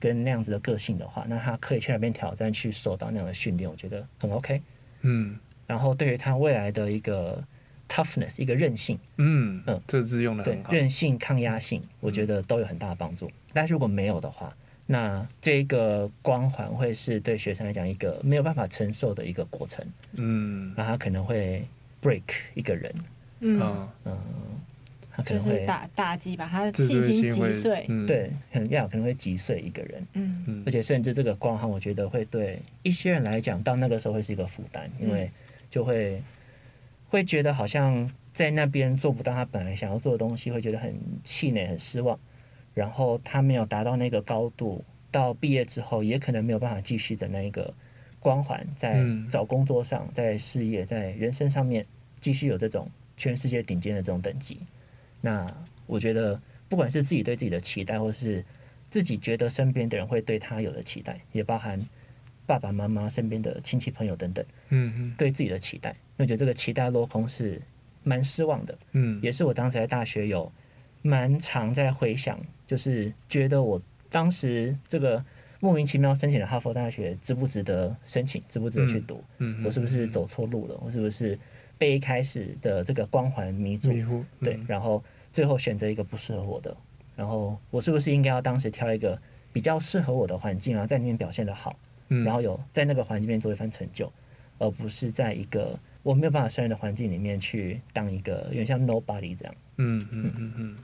跟那样子的个性的话，那他可以去那边挑战，去受到那样的训练，我觉得很 OK。嗯然后对于他未来的一个 toughness、一个韧性，嗯嗯嗯，这字用的对很好。韧性、抗压性，我觉得都有很大的帮助。但是如果没有的话，那这个光环会是对学生来讲一个没有办法承受的一个过程，嗯那他可能会 break 一个人，嗯，啊，他可就能是会打打击把他的自信尊心心击会碎。嗯，对，很要可能会击碎一个人，嗯嗯而且甚至这个光环，我觉得会对一些人来讲，到那个时候会是一个负担，因嗯为就会会觉得好像在那边做不到他本来想要做的东西，会觉得很气馁、很失望，然后他没有达到那个高度，到毕业之后也可能没有办法继续的那一个光环，在嗯找工作上、在事业、在人生上面继续有这种全世界顶尖的这种等级，那我觉得不管是自己对自己的期待，或是自己觉得身边的人会对他有的期待，也包含爸爸妈妈身边的亲戚朋友等等嗯对自己的期待。那我觉得这个期待落空是蛮失望的，嗯也是我当时在大学有蛮常在回想，就是觉得我当时这个莫名其妙申请了哈佛大学，值不值得申请，值不值得去读？嗯我是不是走错路了？我是不是被一开始的这个光环迷住？迷糊？对，嗯然后最后选择一个不适合我的，然后我是不是应该要当时挑一个比较适合我的环境，然后在里面表现得好，嗯然后有在那个环境里面做一番成就，而不是在一个我没有办法胜任的环境里面去当一个有点像 nobody 这样。嗯嗯嗯嗯，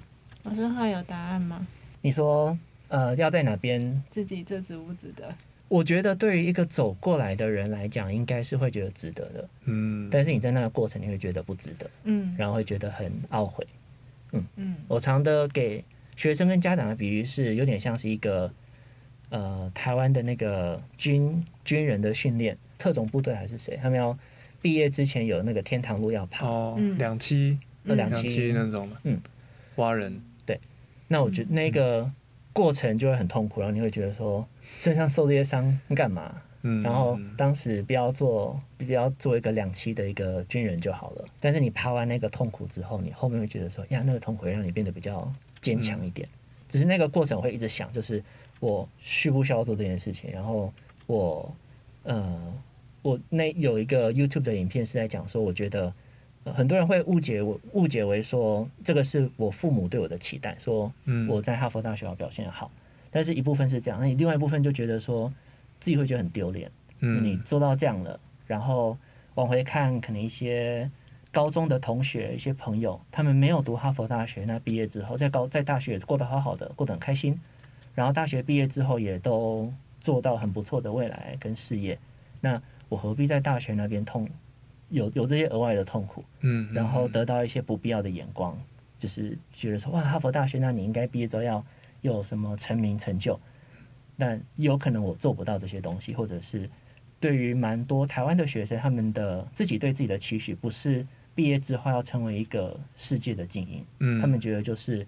老师后来有答案吗？你说，呃，要在哪边？自己这值不值得？我觉得对于一个走过来的人来讲，应该是会觉得值得的，嗯，但是你在那个过程你会觉得不值得，嗯然后会觉得很懊悔。嗯我常的给学生跟家长的比喻是，有点像是一个呃台湾的那个军军人的训练，特种部队还是谁，他们要毕业之前有那个天堂路要爬。哦，嗯两栖那两两栖栖那种的，嗯，蛙人，那我觉得那个过程就会很痛苦，然后你会觉得说身上受这些伤干嘛？嗯，然后嗯当时不要做不要做一个两栖的一个军人就好了。但是你爬完那个痛苦之后，你后面会觉得说呀，那个痛苦会让你变得比较坚强一嗯点。只是那个过程我会一直想，就是我需不需要做这件事情？然后我呃，我那有一个 YouTube 的影片是在讲说，我觉得。呃很多人会误解我，误解为说这个是我父母对我的期待，说嗯我在哈佛大学要表现好，但是一部分是这样，那你另外一部分就觉得说自己会觉得很丢脸，嗯你做到这样了，然后往回看，可能一些高中的同学、一些朋友，他们没有读哈佛大学，那毕业之后在高在大学也过得好好的，过得很开心，然后大学毕业之后也都做到很不错的未来跟事业，那我何必在大学那边痛，有有这些额外的痛苦？嗯，嗯然后得到一些不必要的眼光，就是觉得说哇，哈佛大学，那你应该毕业之后要有什么成名成就？但有可能我做不到这些东西，或者是对于蛮多台湾的学生，他们的自己对自己的期许不是毕业之后要成为一个世界的精英，嗯他们觉得就是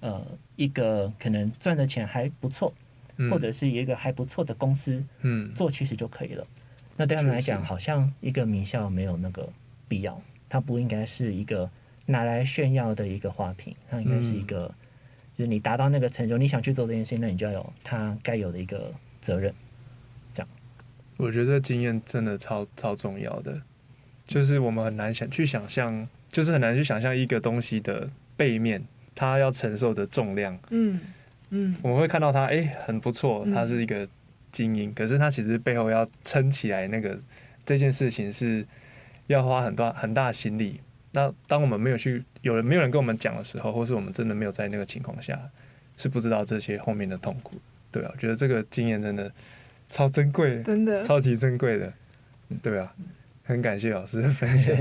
呃一个可能赚的钱还不错，嗯或者是一个还不错的公司嗯做其实就可以了。那对他们来确讲，实好像一个名校没有那个必要，它不应该是一个拿来炫耀的一个花瓶，它应该是一个，就是你达到那个成就，你想去做这件事情，那你就要有它该有的一个责任。我觉得这经验真的超超重要的，就是我们很难想去想象，就是很难去想象一个东西的背面，它要承受的重量。嗯嗯我们会看到它，哎、很不错，嗯它是一个精英，可是它其实背后要撑起来那个这件事情是要花很多很大心力。那当我们没有去有人没有人跟我们讲的时候，或是我们真的没有在那个情况下，是不知道这些后面的痛苦。对啊，我觉得这个经验真的超珍贵的。真的超级珍贵的，对啊，很感谢老师的 分享。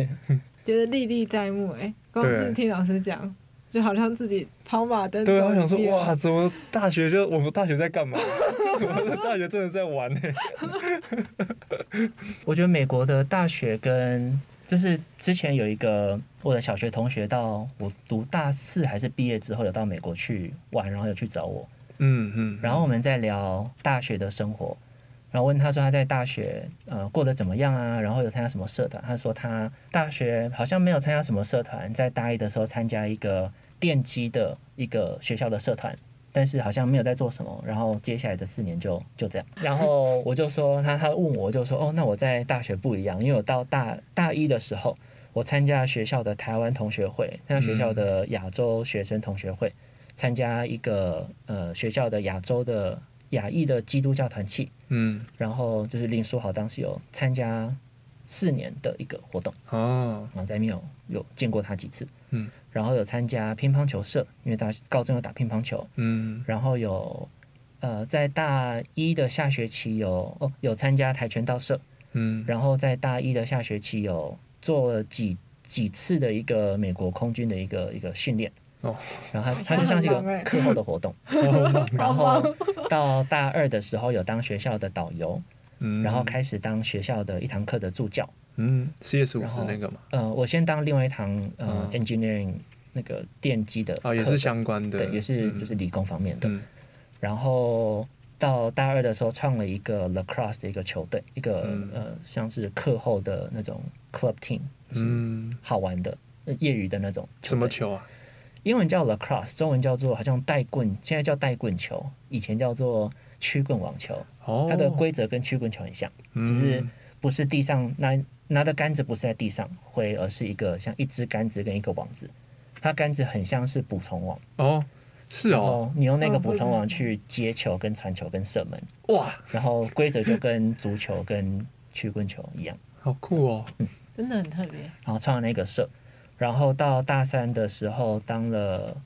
觉得历历在目哎、光对是听老师讲，就好像自己跑马灯对啊，走我一想说，遍哇，，怎么大学就我们大学在干 嘛？我们大学真的在玩欸呢、我觉得美国的大学跟就是之前有一个我的小学同学，到我读大四还是毕业之后，有到美国去玩，然后有去找我，嗯嗯，然后我们在聊大学的生活，然后问他说他在大学呃过得怎么样啊？然后有参加什么社团？他说他大学好像没有参加什么社团，在大一的时候参加一个电机的一个学校的社团。但是好像没有在做什么，然后接下来的四年就就这样。然后我就说他他问我我就说哦，那我在大学不一样，因为我到大大一的时候，我参加学校的台湾同学会，参加学校的亚洲学生同学会，参加一个呃学校的亚洲的亚裔的基督教团契，嗯，然后就是林书豪当时有参加四年的一个活动，哦，然后在缪有见过他几次，嗯，然后有参加乒乓球社，因为大高中有打乒乓球，嗯然后有呃在大一的下学期有哦有参加跆拳道社，嗯，然后在大一的下学期有做了几几次的一个美国空军的一个一个训练。哦，然后他他就像是一好像很忙个欸课后的 活动，然后到大二的时候有当学校的导游，嗯然后，开始当学校的一堂课的助教。嗯，CS 五然是后那个嘛，呃，我先当另外一堂呃、嗯 engineering 那个电机的啊，也课是相关的，对，也是嗯就是理工方面的。嗯然后到大二的时候创了一个 lacrosse 的一个球队，一个、嗯呃像是课后的那种 club team，嗯，好玩的呃业余的那种球什么队。球啊？英文叫 lacrosse，中文叫做好像带棍，现在叫带棍球，以前叫做曲棍网球。哦，它的规则跟曲棍球很像，嗯只是不是地上拿拿的杆子不是在地上挥，而是一个像一支杆子跟一个网子。它杆子很像是捕虫网，哦，是然哦，后你用那个哦捕会虫吗网去接球、跟传球、跟射门，哇，然后规则就跟足球跟曲棍球一样。好酷哦，真的很特别。然后创了那个社，然后到大三的时候当了，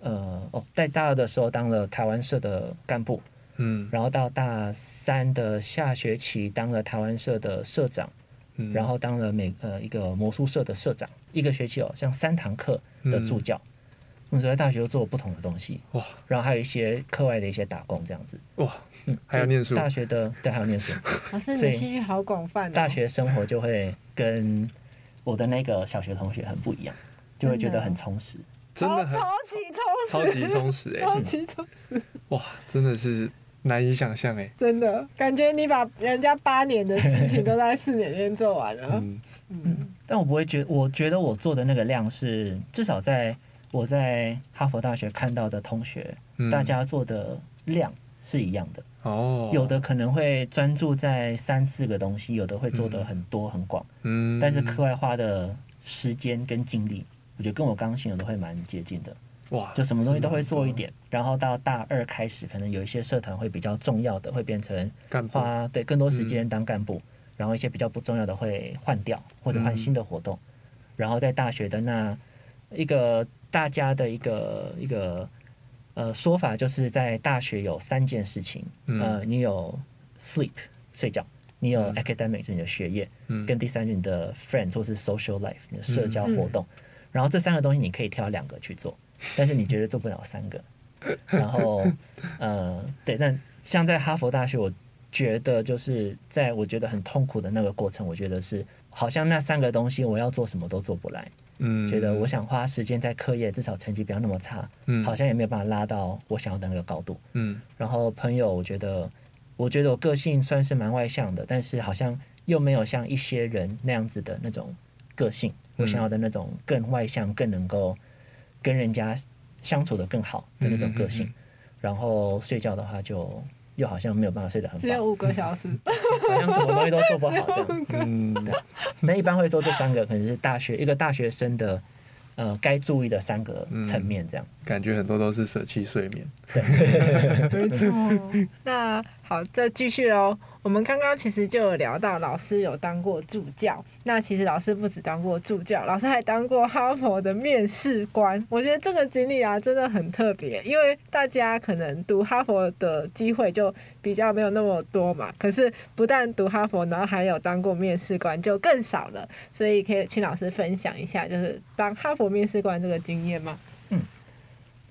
呃，哦，在大二的时候当了台湾社的干部，嗯然后到大三的下学期当了台湾社的社长，嗯，然后当了美呃一个魔术社的社长，一个学期有像三堂课的助教。那时候在大学又做了不同的东西，哇然后还有一些课外的一些打工这样子。哇，嗯还要念书，大学的对，还有念书，老师，你所的以兴趣好广泛、哦。大学生活就会跟我的那个小学同学很不一样，就会觉得很充实。真的很哦超超超级充实，级充实哎、超级充实，哇，真的是难以想象哎、真的感觉你把人家八年的事情都在四年间做完了。嗯嗯，但我不会觉，我觉得我做的那个量是至少在我在哈佛大学看到的同学，嗯大家做的量是一样的。哦，有的可能会专注在三四个东西，有的会做的很多很广，嗯，但是课外花的时间跟精力，我觉得跟我刚性有的会蛮接近的，哇，就什么东西都会真的做很一点。然后到大二开始，可能有一些社团会比较重要的会变成干部，花啊对更多时嗯间当干部，然后一些比较不重要的会换掉或者嗯换新的活动，然后在大学的那一个大家的一个一个呃说法就是在大学有三件事情，嗯呃，你有 sleep 睡觉，你有嗯 academic 就是你的学业，嗯跟第三就是你的 friends 或是 social life 你的社交活动，嗯然后这三个东西你可以挑两个 去做，但是你绝对做不了三个。然后，呃，对，那像在哈佛大学，我觉得就是在我觉得很痛苦的那个过程，我觉得是好像那三个东西我要做什么都做不来，嗯，觉得我想花时间在课业，至少成绩不要那么差，嗯好像也没有办法拉到我想要的那个高度。嗯然后朋友，我觉得，我觉得我个性算是蛮外向的，但是好像又没有像一些人那样子的那种个性，我想要的那种更外向、更能够跟人家相处的更好的那种个性。嗯嗯然后睡觉的话就。又好像没有办法睡得很只有饱，五个小时，好像什么东西都做不好这样。 嗯那一般会说这三个可能是大学一个大学生的，呃，该注意的三个层面这样。感觉很多都是舍弃睡眠，没错。那好，再继续喽。我们刚刚其实就有聊到，老师有当过助教。那其实老师不止当过助教，老师还当过哈佛的面试官。我觉得这个经历啊，真的很特别，因为大家可能读哈佛的机会就比较没有那么多嘛。可是不但读哈佛，然后还有当过面试官，就更少了。所以可以请老师分享一下，就是当哈佛面试官这个经验吗？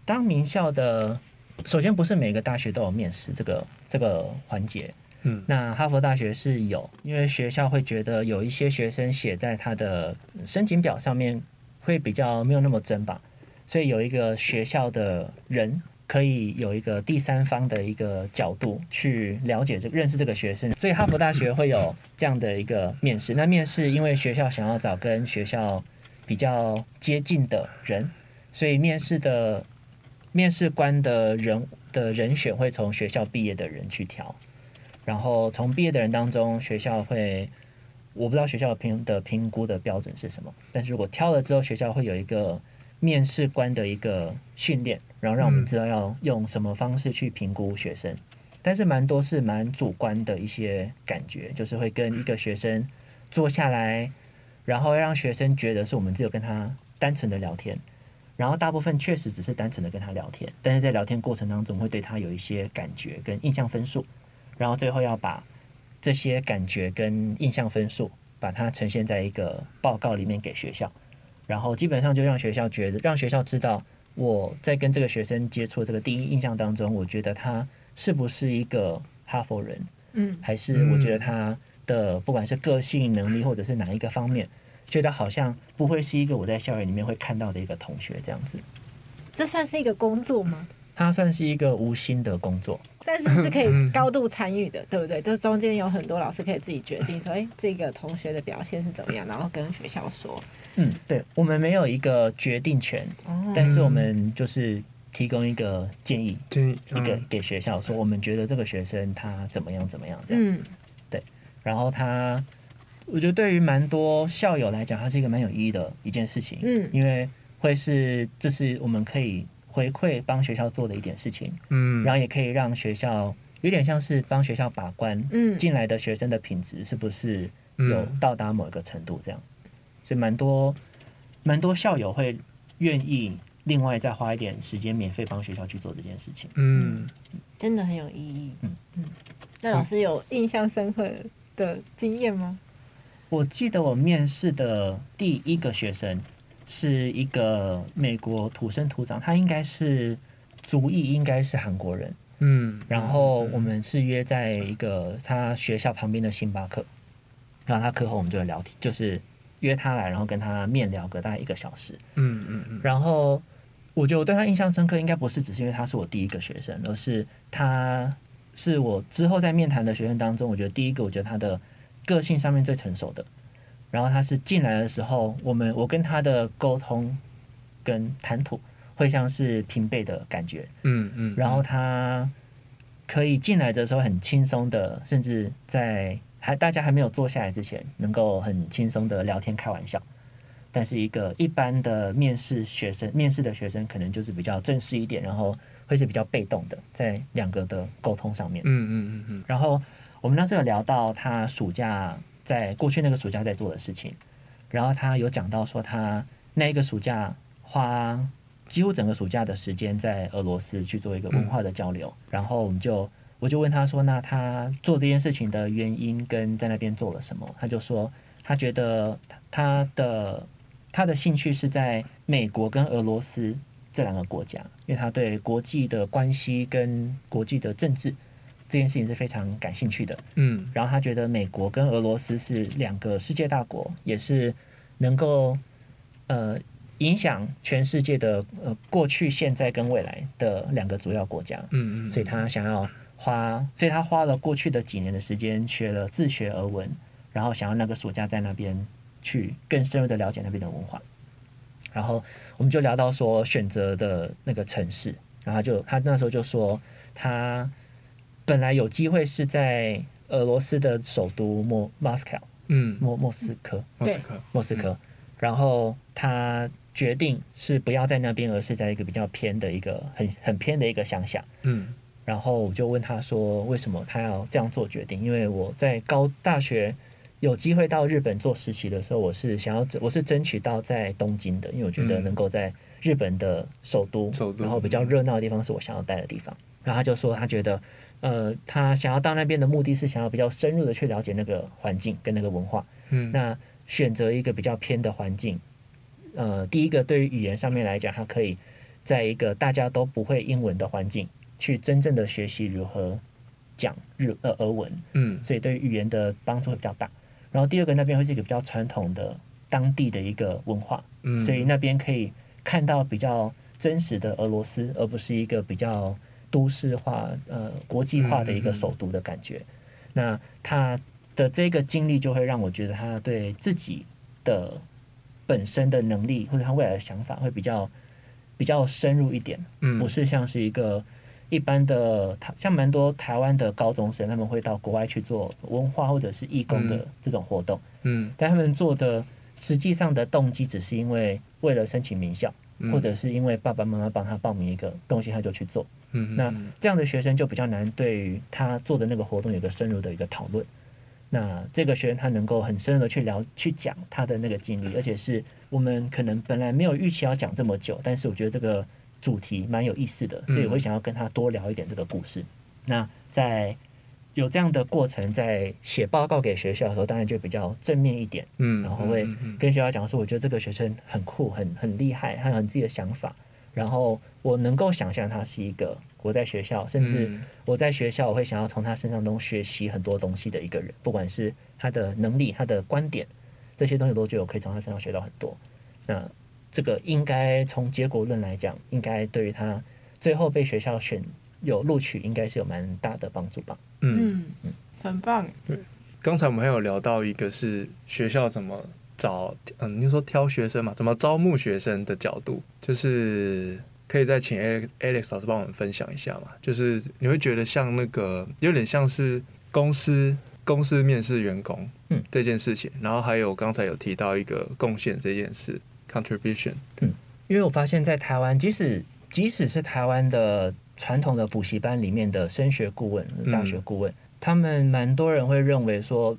当名校的，首先不是每个大学都有面试这个这个环节，嗯那哈佛大学是有，因为学校会觉得有一些学生写在他的申请表上面会比较没有那么真吧，所以有一个学校的人可以有一个第三方的一个角度去了解这认识这个学生，所以哈佛大学会有这样的一个面试。那面试因为学校想要找跟学校比较接近的人，所以面试的面试官的人的人选会从学校毕业的人去挑。然后从毕业的人当中，学校会，我不知道学校的评的评估的标准是什么，但是如果挑了之后，学校会有一个面试官的一个训练，然后让我们知道要用什么方式去评估学生。但是蛮多是蛮主观的一些感觉，就是会跟一个学生坐下来，然后让学生觉得是我们只有跟他单纯的聊天。然后大部分确实只是单纯的跟他聊天，但是在聊天过程当中会对他有一些感觉跟印象分数，然后最后要把这些感觉跟印象分数，把它呈现在一个报告里面给学校，然后基本上就让学校觉得，让学校知道我在跟这个学生接触这个第一印象当中，我觉得他是不是一个哈佛人，嗯，还是我觉得他的不管是个性能力或者是哪一个方面，觉得好像不会是一个我在校园里面会看到的一个同学这样子。这算是一个工作吗？它算是一个无薪的工作。但是是可以高度参与的，对不对？这中间有很多老师可以自己决定说，哎，这个同学的表现是怎么样，然后跟学校说。嗯，对，我们没有一个决定权，哦，但是我们就是提供一个建议，建议一个嗯给学校说，我们觉得这个学生他怎么样怎么样这样。嗯然后他，我觉得对于蛮多校友来讲，它是一个蛮有意义的一件事情，嗯因为会是这是我们可以回馈帮学校做的一点事情，嗯，然后也可以让学校有点像是帮学校把关，嗯进来的学生的品质是不是有嗯到达某一个程度这样，所以蛮多蛮多校友会愿意另外再花一点时间免费帮学校去做这件事情。嗯，真的很有意义。嗯那老师有印象深刻的经验吗？我记得我面试的第一个学生是一个美国土生土长，他应该是族裔，应该是韩国人。嗯，然后我们是约在一个他学校旁边的星巴克，然后他课后我们就会聊天，就是约他来，然后跟他面聊个大概一个小时。嗯嗯嗯然后我觉得我对他印象深刻，应该不是只是因为他是我第一个学生，而是他是我之后在面谈的学生当中，我觉得第一个，我觉得他的个性上面最成熟的。然后他是进来的时候，我们我跟他的沟通跟谈吐会像是平辈的感觉，嗯嗯，然后他可以进来的时候很轻松的，甚至在还大家还没有坐下来之前，能够很轻松的聊天开玩笑。但是一个一般的面试学生，面试的学生可能就是比较正式一点，然后会是比较被动的，在两个的沟通上面。嗯嗯嗯然后我们那时候有聊到他暑假在过去那个暑假在做的事情，然后他有讲到说他那一个暑假花几乎整个暑假的时间在俄罗斯去做一个文化的交流，然后我们就我就问他说，那他做这件事情的原因跟在那边做了什么？他就说他觉得他的他的兴趣是在美国跟俄罗斯。这两个国家，因为他对国际的关系跟国际的政治这件事情是非常感兴趣的。嗯然后他觉得美国跟俄罗斯是两个世界大国，也是能够呃影响全世界的呃过去、现在跟未来的两个主要国家。嗯嗯，所以他想要花，所以他花了过去的几年的时间学了自学俄文，然后想要那个暑假在那边去更深入的了解那边的文化。然后我们就聊到说选择的那个城市，然后他就他那时候就说他本来有机会是在俄罗斯的首都莫 Moscow 嗯，莫莫斯科莫斯科，莫斯科，然后他决定是不要在那边，而是在一个比较偏的一个很很偏的一个乡下。嗯然后我就问他说，为什么他要这样做决定？因为我在高大学有机会到日本做实习的时候，我是想要我是争取到在东京的，因为我觉得嗯能够在日本的首都，首都然后比较热闹的地方是我想要待的地方。然后他就说，他觉得，呃，他想要到那边的目的是想要比较深入的去了解那个环境跟那个文化。嗯，那选择一个比较偏的环境，呃，第一个对于语言上面来讲，它可以在一个大家都不会英文的环境，去真正的学习如何讲日呃俄文，嗯所以对于语言的帮助会比较大。然后第二个那边会是一个比较传统的当地的一个文化，嗯，所以那边可以看到比较真实的俄罗斯，而不是一个比较都市化、呃国际化的嗯一嗯个嗯首都的感觉。那他的这个经历就会让我觉得他对自己的本身的能力或者他未来的想法会比较比较深入一点，嗯不是像是一个。一般的，他像蛮多台湾的高中生，他们会到国外去做文化或者是义工的嗯这种活动，嗯但他们做的实际上的动机只是因为为了申请名校，嗯或者是因为爸爸妈妈帮他报名一个东西，他就去做。嗯那这样的学生就比较难对于他做的那个活动有个深入的一个讨论。那这个学生他能够很深入的去聊、去讲他的那个经历，而且是我们可能本来没有预期要讲这么久，但是我觉得这个主题蛮有意思的，所以我会想要跟他多聊一点这个故事。那在有这样的过程，在写报告给学校的时候，当然就比较正面一点，嗯，然后会跟学校讲说，我觉得这个学生很酷、很很厉害，他有自己的想法。然后我能够想象他是一个我在学校，甚至嗯我在学校我会想要从他身上中学习很多东西的一个人，不管是他的能力、他的观点，这些东西我都觉得我可以从他身上学到很多。那这个应该从结果论来讲，应该对于他最后被学校选有录取，应该是有蛮大的帮助吧。嗯，嗯，很棒。刚才我们还有聊到一个是学校怎么找，嗯，你说挑学生嘛，怎么招募学生的角度，就是可以再请 Ale- Alex 老师帮我们分享一下嘛？就是你会觉得像那个有点像是公司公司面试员工，嗯，这件事情，然后还有刚才有提到一个贡献这件事，contribution，因为我发现，在台湾，即使即使是台湾的传统的补习班里面的升学顾问、嗯大学顾问，他们蛮多人会认为说，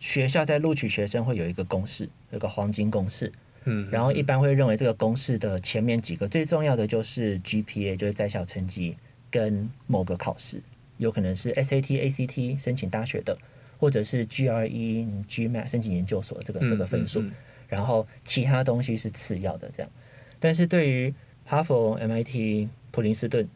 学校在录取学生会有一个公式，有个黄金公式，嗯，然后一般会认为这个公式的前面几个最重要的就是 GPA，就是在校成绩跟某个考试，有可能是 SAT、ACT 申请大学的，或者是 GRE、GMAT 申请研究所这个这个分数。嗯嗯嗯然后其他东西是次要的这样。但是对于哈佛、MIT、普林斯顿、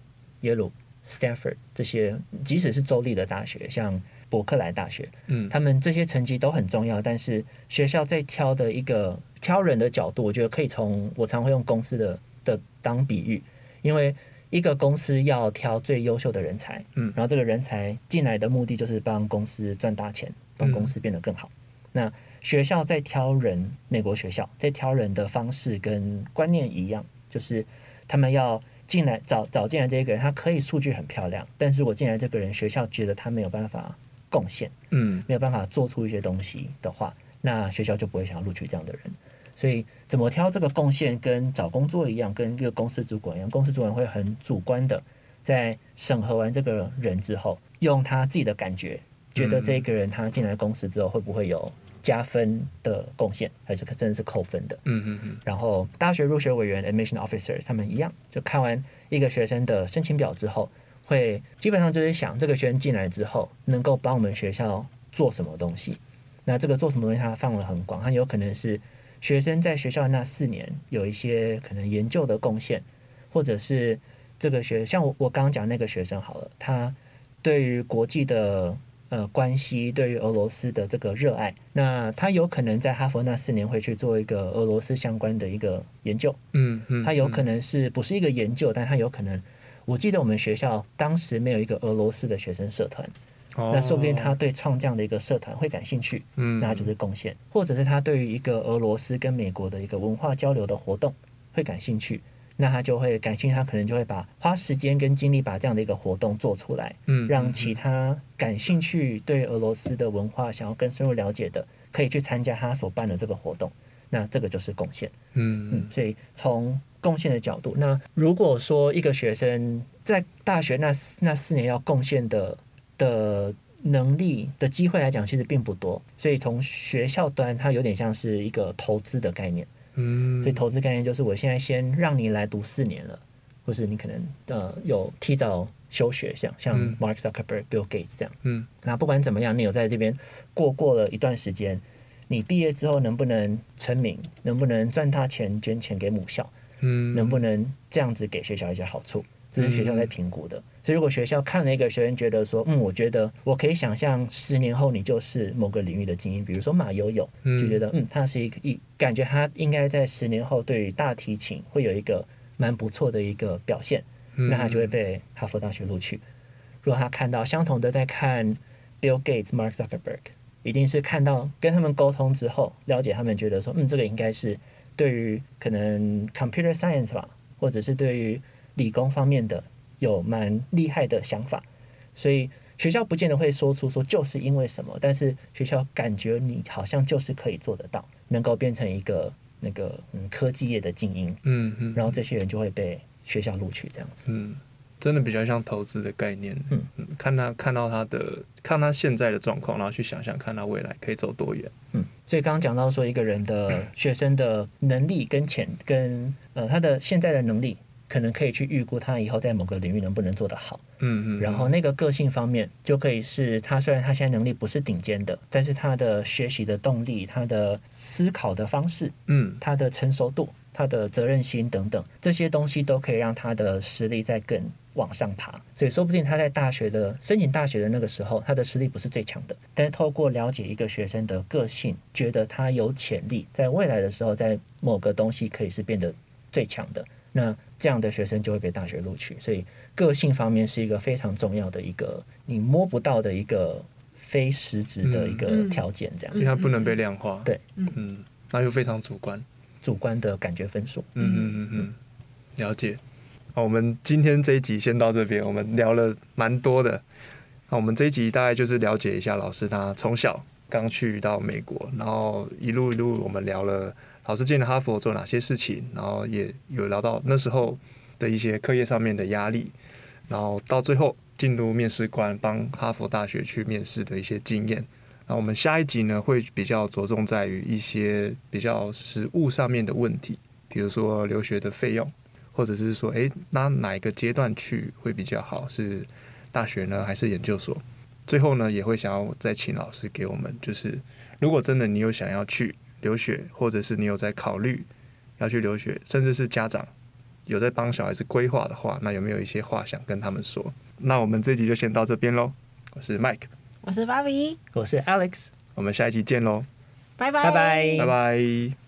耶鲁、Stanford 这些，即使是州立的大学，像伯克莱大学，嗯他们这些成绩都很重要。但是学校在挑的一个挑人的角度，我觉得可以从我常会用公司的的当比喻，因为一个公司要挑最优秀的人才，嗯然后这个人才进来的目的就是帮公司赚大钱，帮公司变得更好。那学校在挑人，美国学校在挑人的方式跟观念一样，就是他们要进来找找进来这一个人，他可以数据很漂亮，但是我进来这个人，学校觉得他没有办法贡献，嗯没有办法做出一些东西的话，那学校就不会想要录取这样的人。所以怎么挑这个贡献，跟找工作一样，跟一个公司主管一样，公司主管会很主观的在审核完这个人之后，用他自己的感觉，觉得这个人他进来公司之后会不会有加分的贡献，还是真的是扣分的。嗯嗯嗯然后大学入学委员 （admission officer） 他们一样，就看完一个学生的申请表之后，会基本上就是想这个学生进来之后能够帮我们学校做什么东西。那这个做什么东西，它的范围很广，它有可能是学生在学校那四年有一些可能研究的贡献，或者是这个学像我我刚刚讲那个学生好了，他对于国际的呃关系，对于俄罗斯的这个热爱，那他有可能在哈佛那四年会去做一个俄罗斯相关的一个研究，嗯嗯，他有可能能是不是一个研究，但他有可能，我记得我们学校当时没有一个俄罗斯的学生社团，那说不定他对创这样的一个社团会感兴趣，哦嗯那他就是贡献，或者是他对于一个俄罗斯跟美国的一个文化交流的活动会感兴趣，那他就会感兴趣，他可能就会把花时间跟精力把这样的一个活动做出来，嗯让其他感兴趣对俄罗斯的文化想要更深入了解的，可以去参加他所办的这个活动，那这个就是贡献。嗯嗯，所以从贡献的角度，那如果说一个学生在大学那四那四年要贡献的的能力的机会来讲，其实并不多，所以从学校端，它有点像是一个投资的概念。嗯所以投资概念就是，我现在先让你来读四年了，或是你可能呃有提早休学，像像嗯 Mark Zuckerberg、Bill Gates 这样。嗯那不管怎么样，你有在这边过过了一段时间，你毕业之后能不能成名，能不能赚大钱捐钱给母校，嗯，能不能这样子给学校一些好处，这是学校在评估的。所以如果学校看了一个学生，觉得说，嗯，我觉得我可以想象十年后你就是某个领域的精英，比如说马友友，嗯就觉得嗯，他是一个一感觉他应该在十年后对于大提琴会有一个蛮不错的一个表现，那他就会被哈佛大学录取。如果他看到相同的在看 Bill Gates、Mark Zuckerberg，一定是看到跟他们沟通之后，了解他们觉得说，嗯，这个应该是对于可能 computer science 吧，或者是对于理工方面的有蛮厉害的想法，所以学校不见得会说出说就是因为什么，但是学校感觉你好像就是可以做得到，能够变成一个那个嗯科技业的精英，嗯嗯，然后这些人就会被学校录取这样子。嗯，真的比较像投资的概念。嗯嗯，看他看到他的看他现在的状况，然后去想想看他未来可以走多远。嗯，所以刚刚讲到说，一个人的学生的能力跟潜跟呃他的现在的能力，可能可以去预估他以后在某个领域能不能做得好。嗯嗯，然后那个个性方面，就可以是他虽然他现在能力不是顶尖的，但是他的学习的动力、他的思考的方式、嗯他的成熟度、他的责任心等等，这些东西都可以让他的实力再更往上爬。所以说不定他在大学的申请大学的那个时候，他的实力不是最强的，但是透过了解一个学生的个性，觉得他有潜力，在未来的时候，在某个东西可以是变得最强的，那这样的学生就会被大学录取。所以个性方面是一个非常重要的一个你摸不到的一个非实质的一个嗯条件，这样、因为它不能被量化。对，嗯，那就非常主观。主观的感觉分数。嗯嗯嗯嗯，了解。好，我们今天这一集先到这边，我们聊了蛮多的。那我们这一集大概就是了解一下老师他从小刚去到美国，然后一路一路我们聊了老师进了哈佛做哪些事情，然后也有聊到那时候的一些课业上面的压力，然后到最后进入面试官帮哈佛大学去面试的一些经验。那我们下一集呢会比较着重在于一些比较实务上面的问题，比如说留学的费用，或者是说，诶，那哪一个阶段去会比较好？是大学呢，还是研究所？最后呢，也会想要再请老师给我们，就是如果真的你有想要去留学，或者是你有在考虑要去留学，甚至是家长有在帮小孩子规划的话，那有没有一些话想跟他们说？那我们这集就先到这边喽。我是 Mike，我是芭比，我是 Alex，我们下一集见喽，拜拜拜拜拜。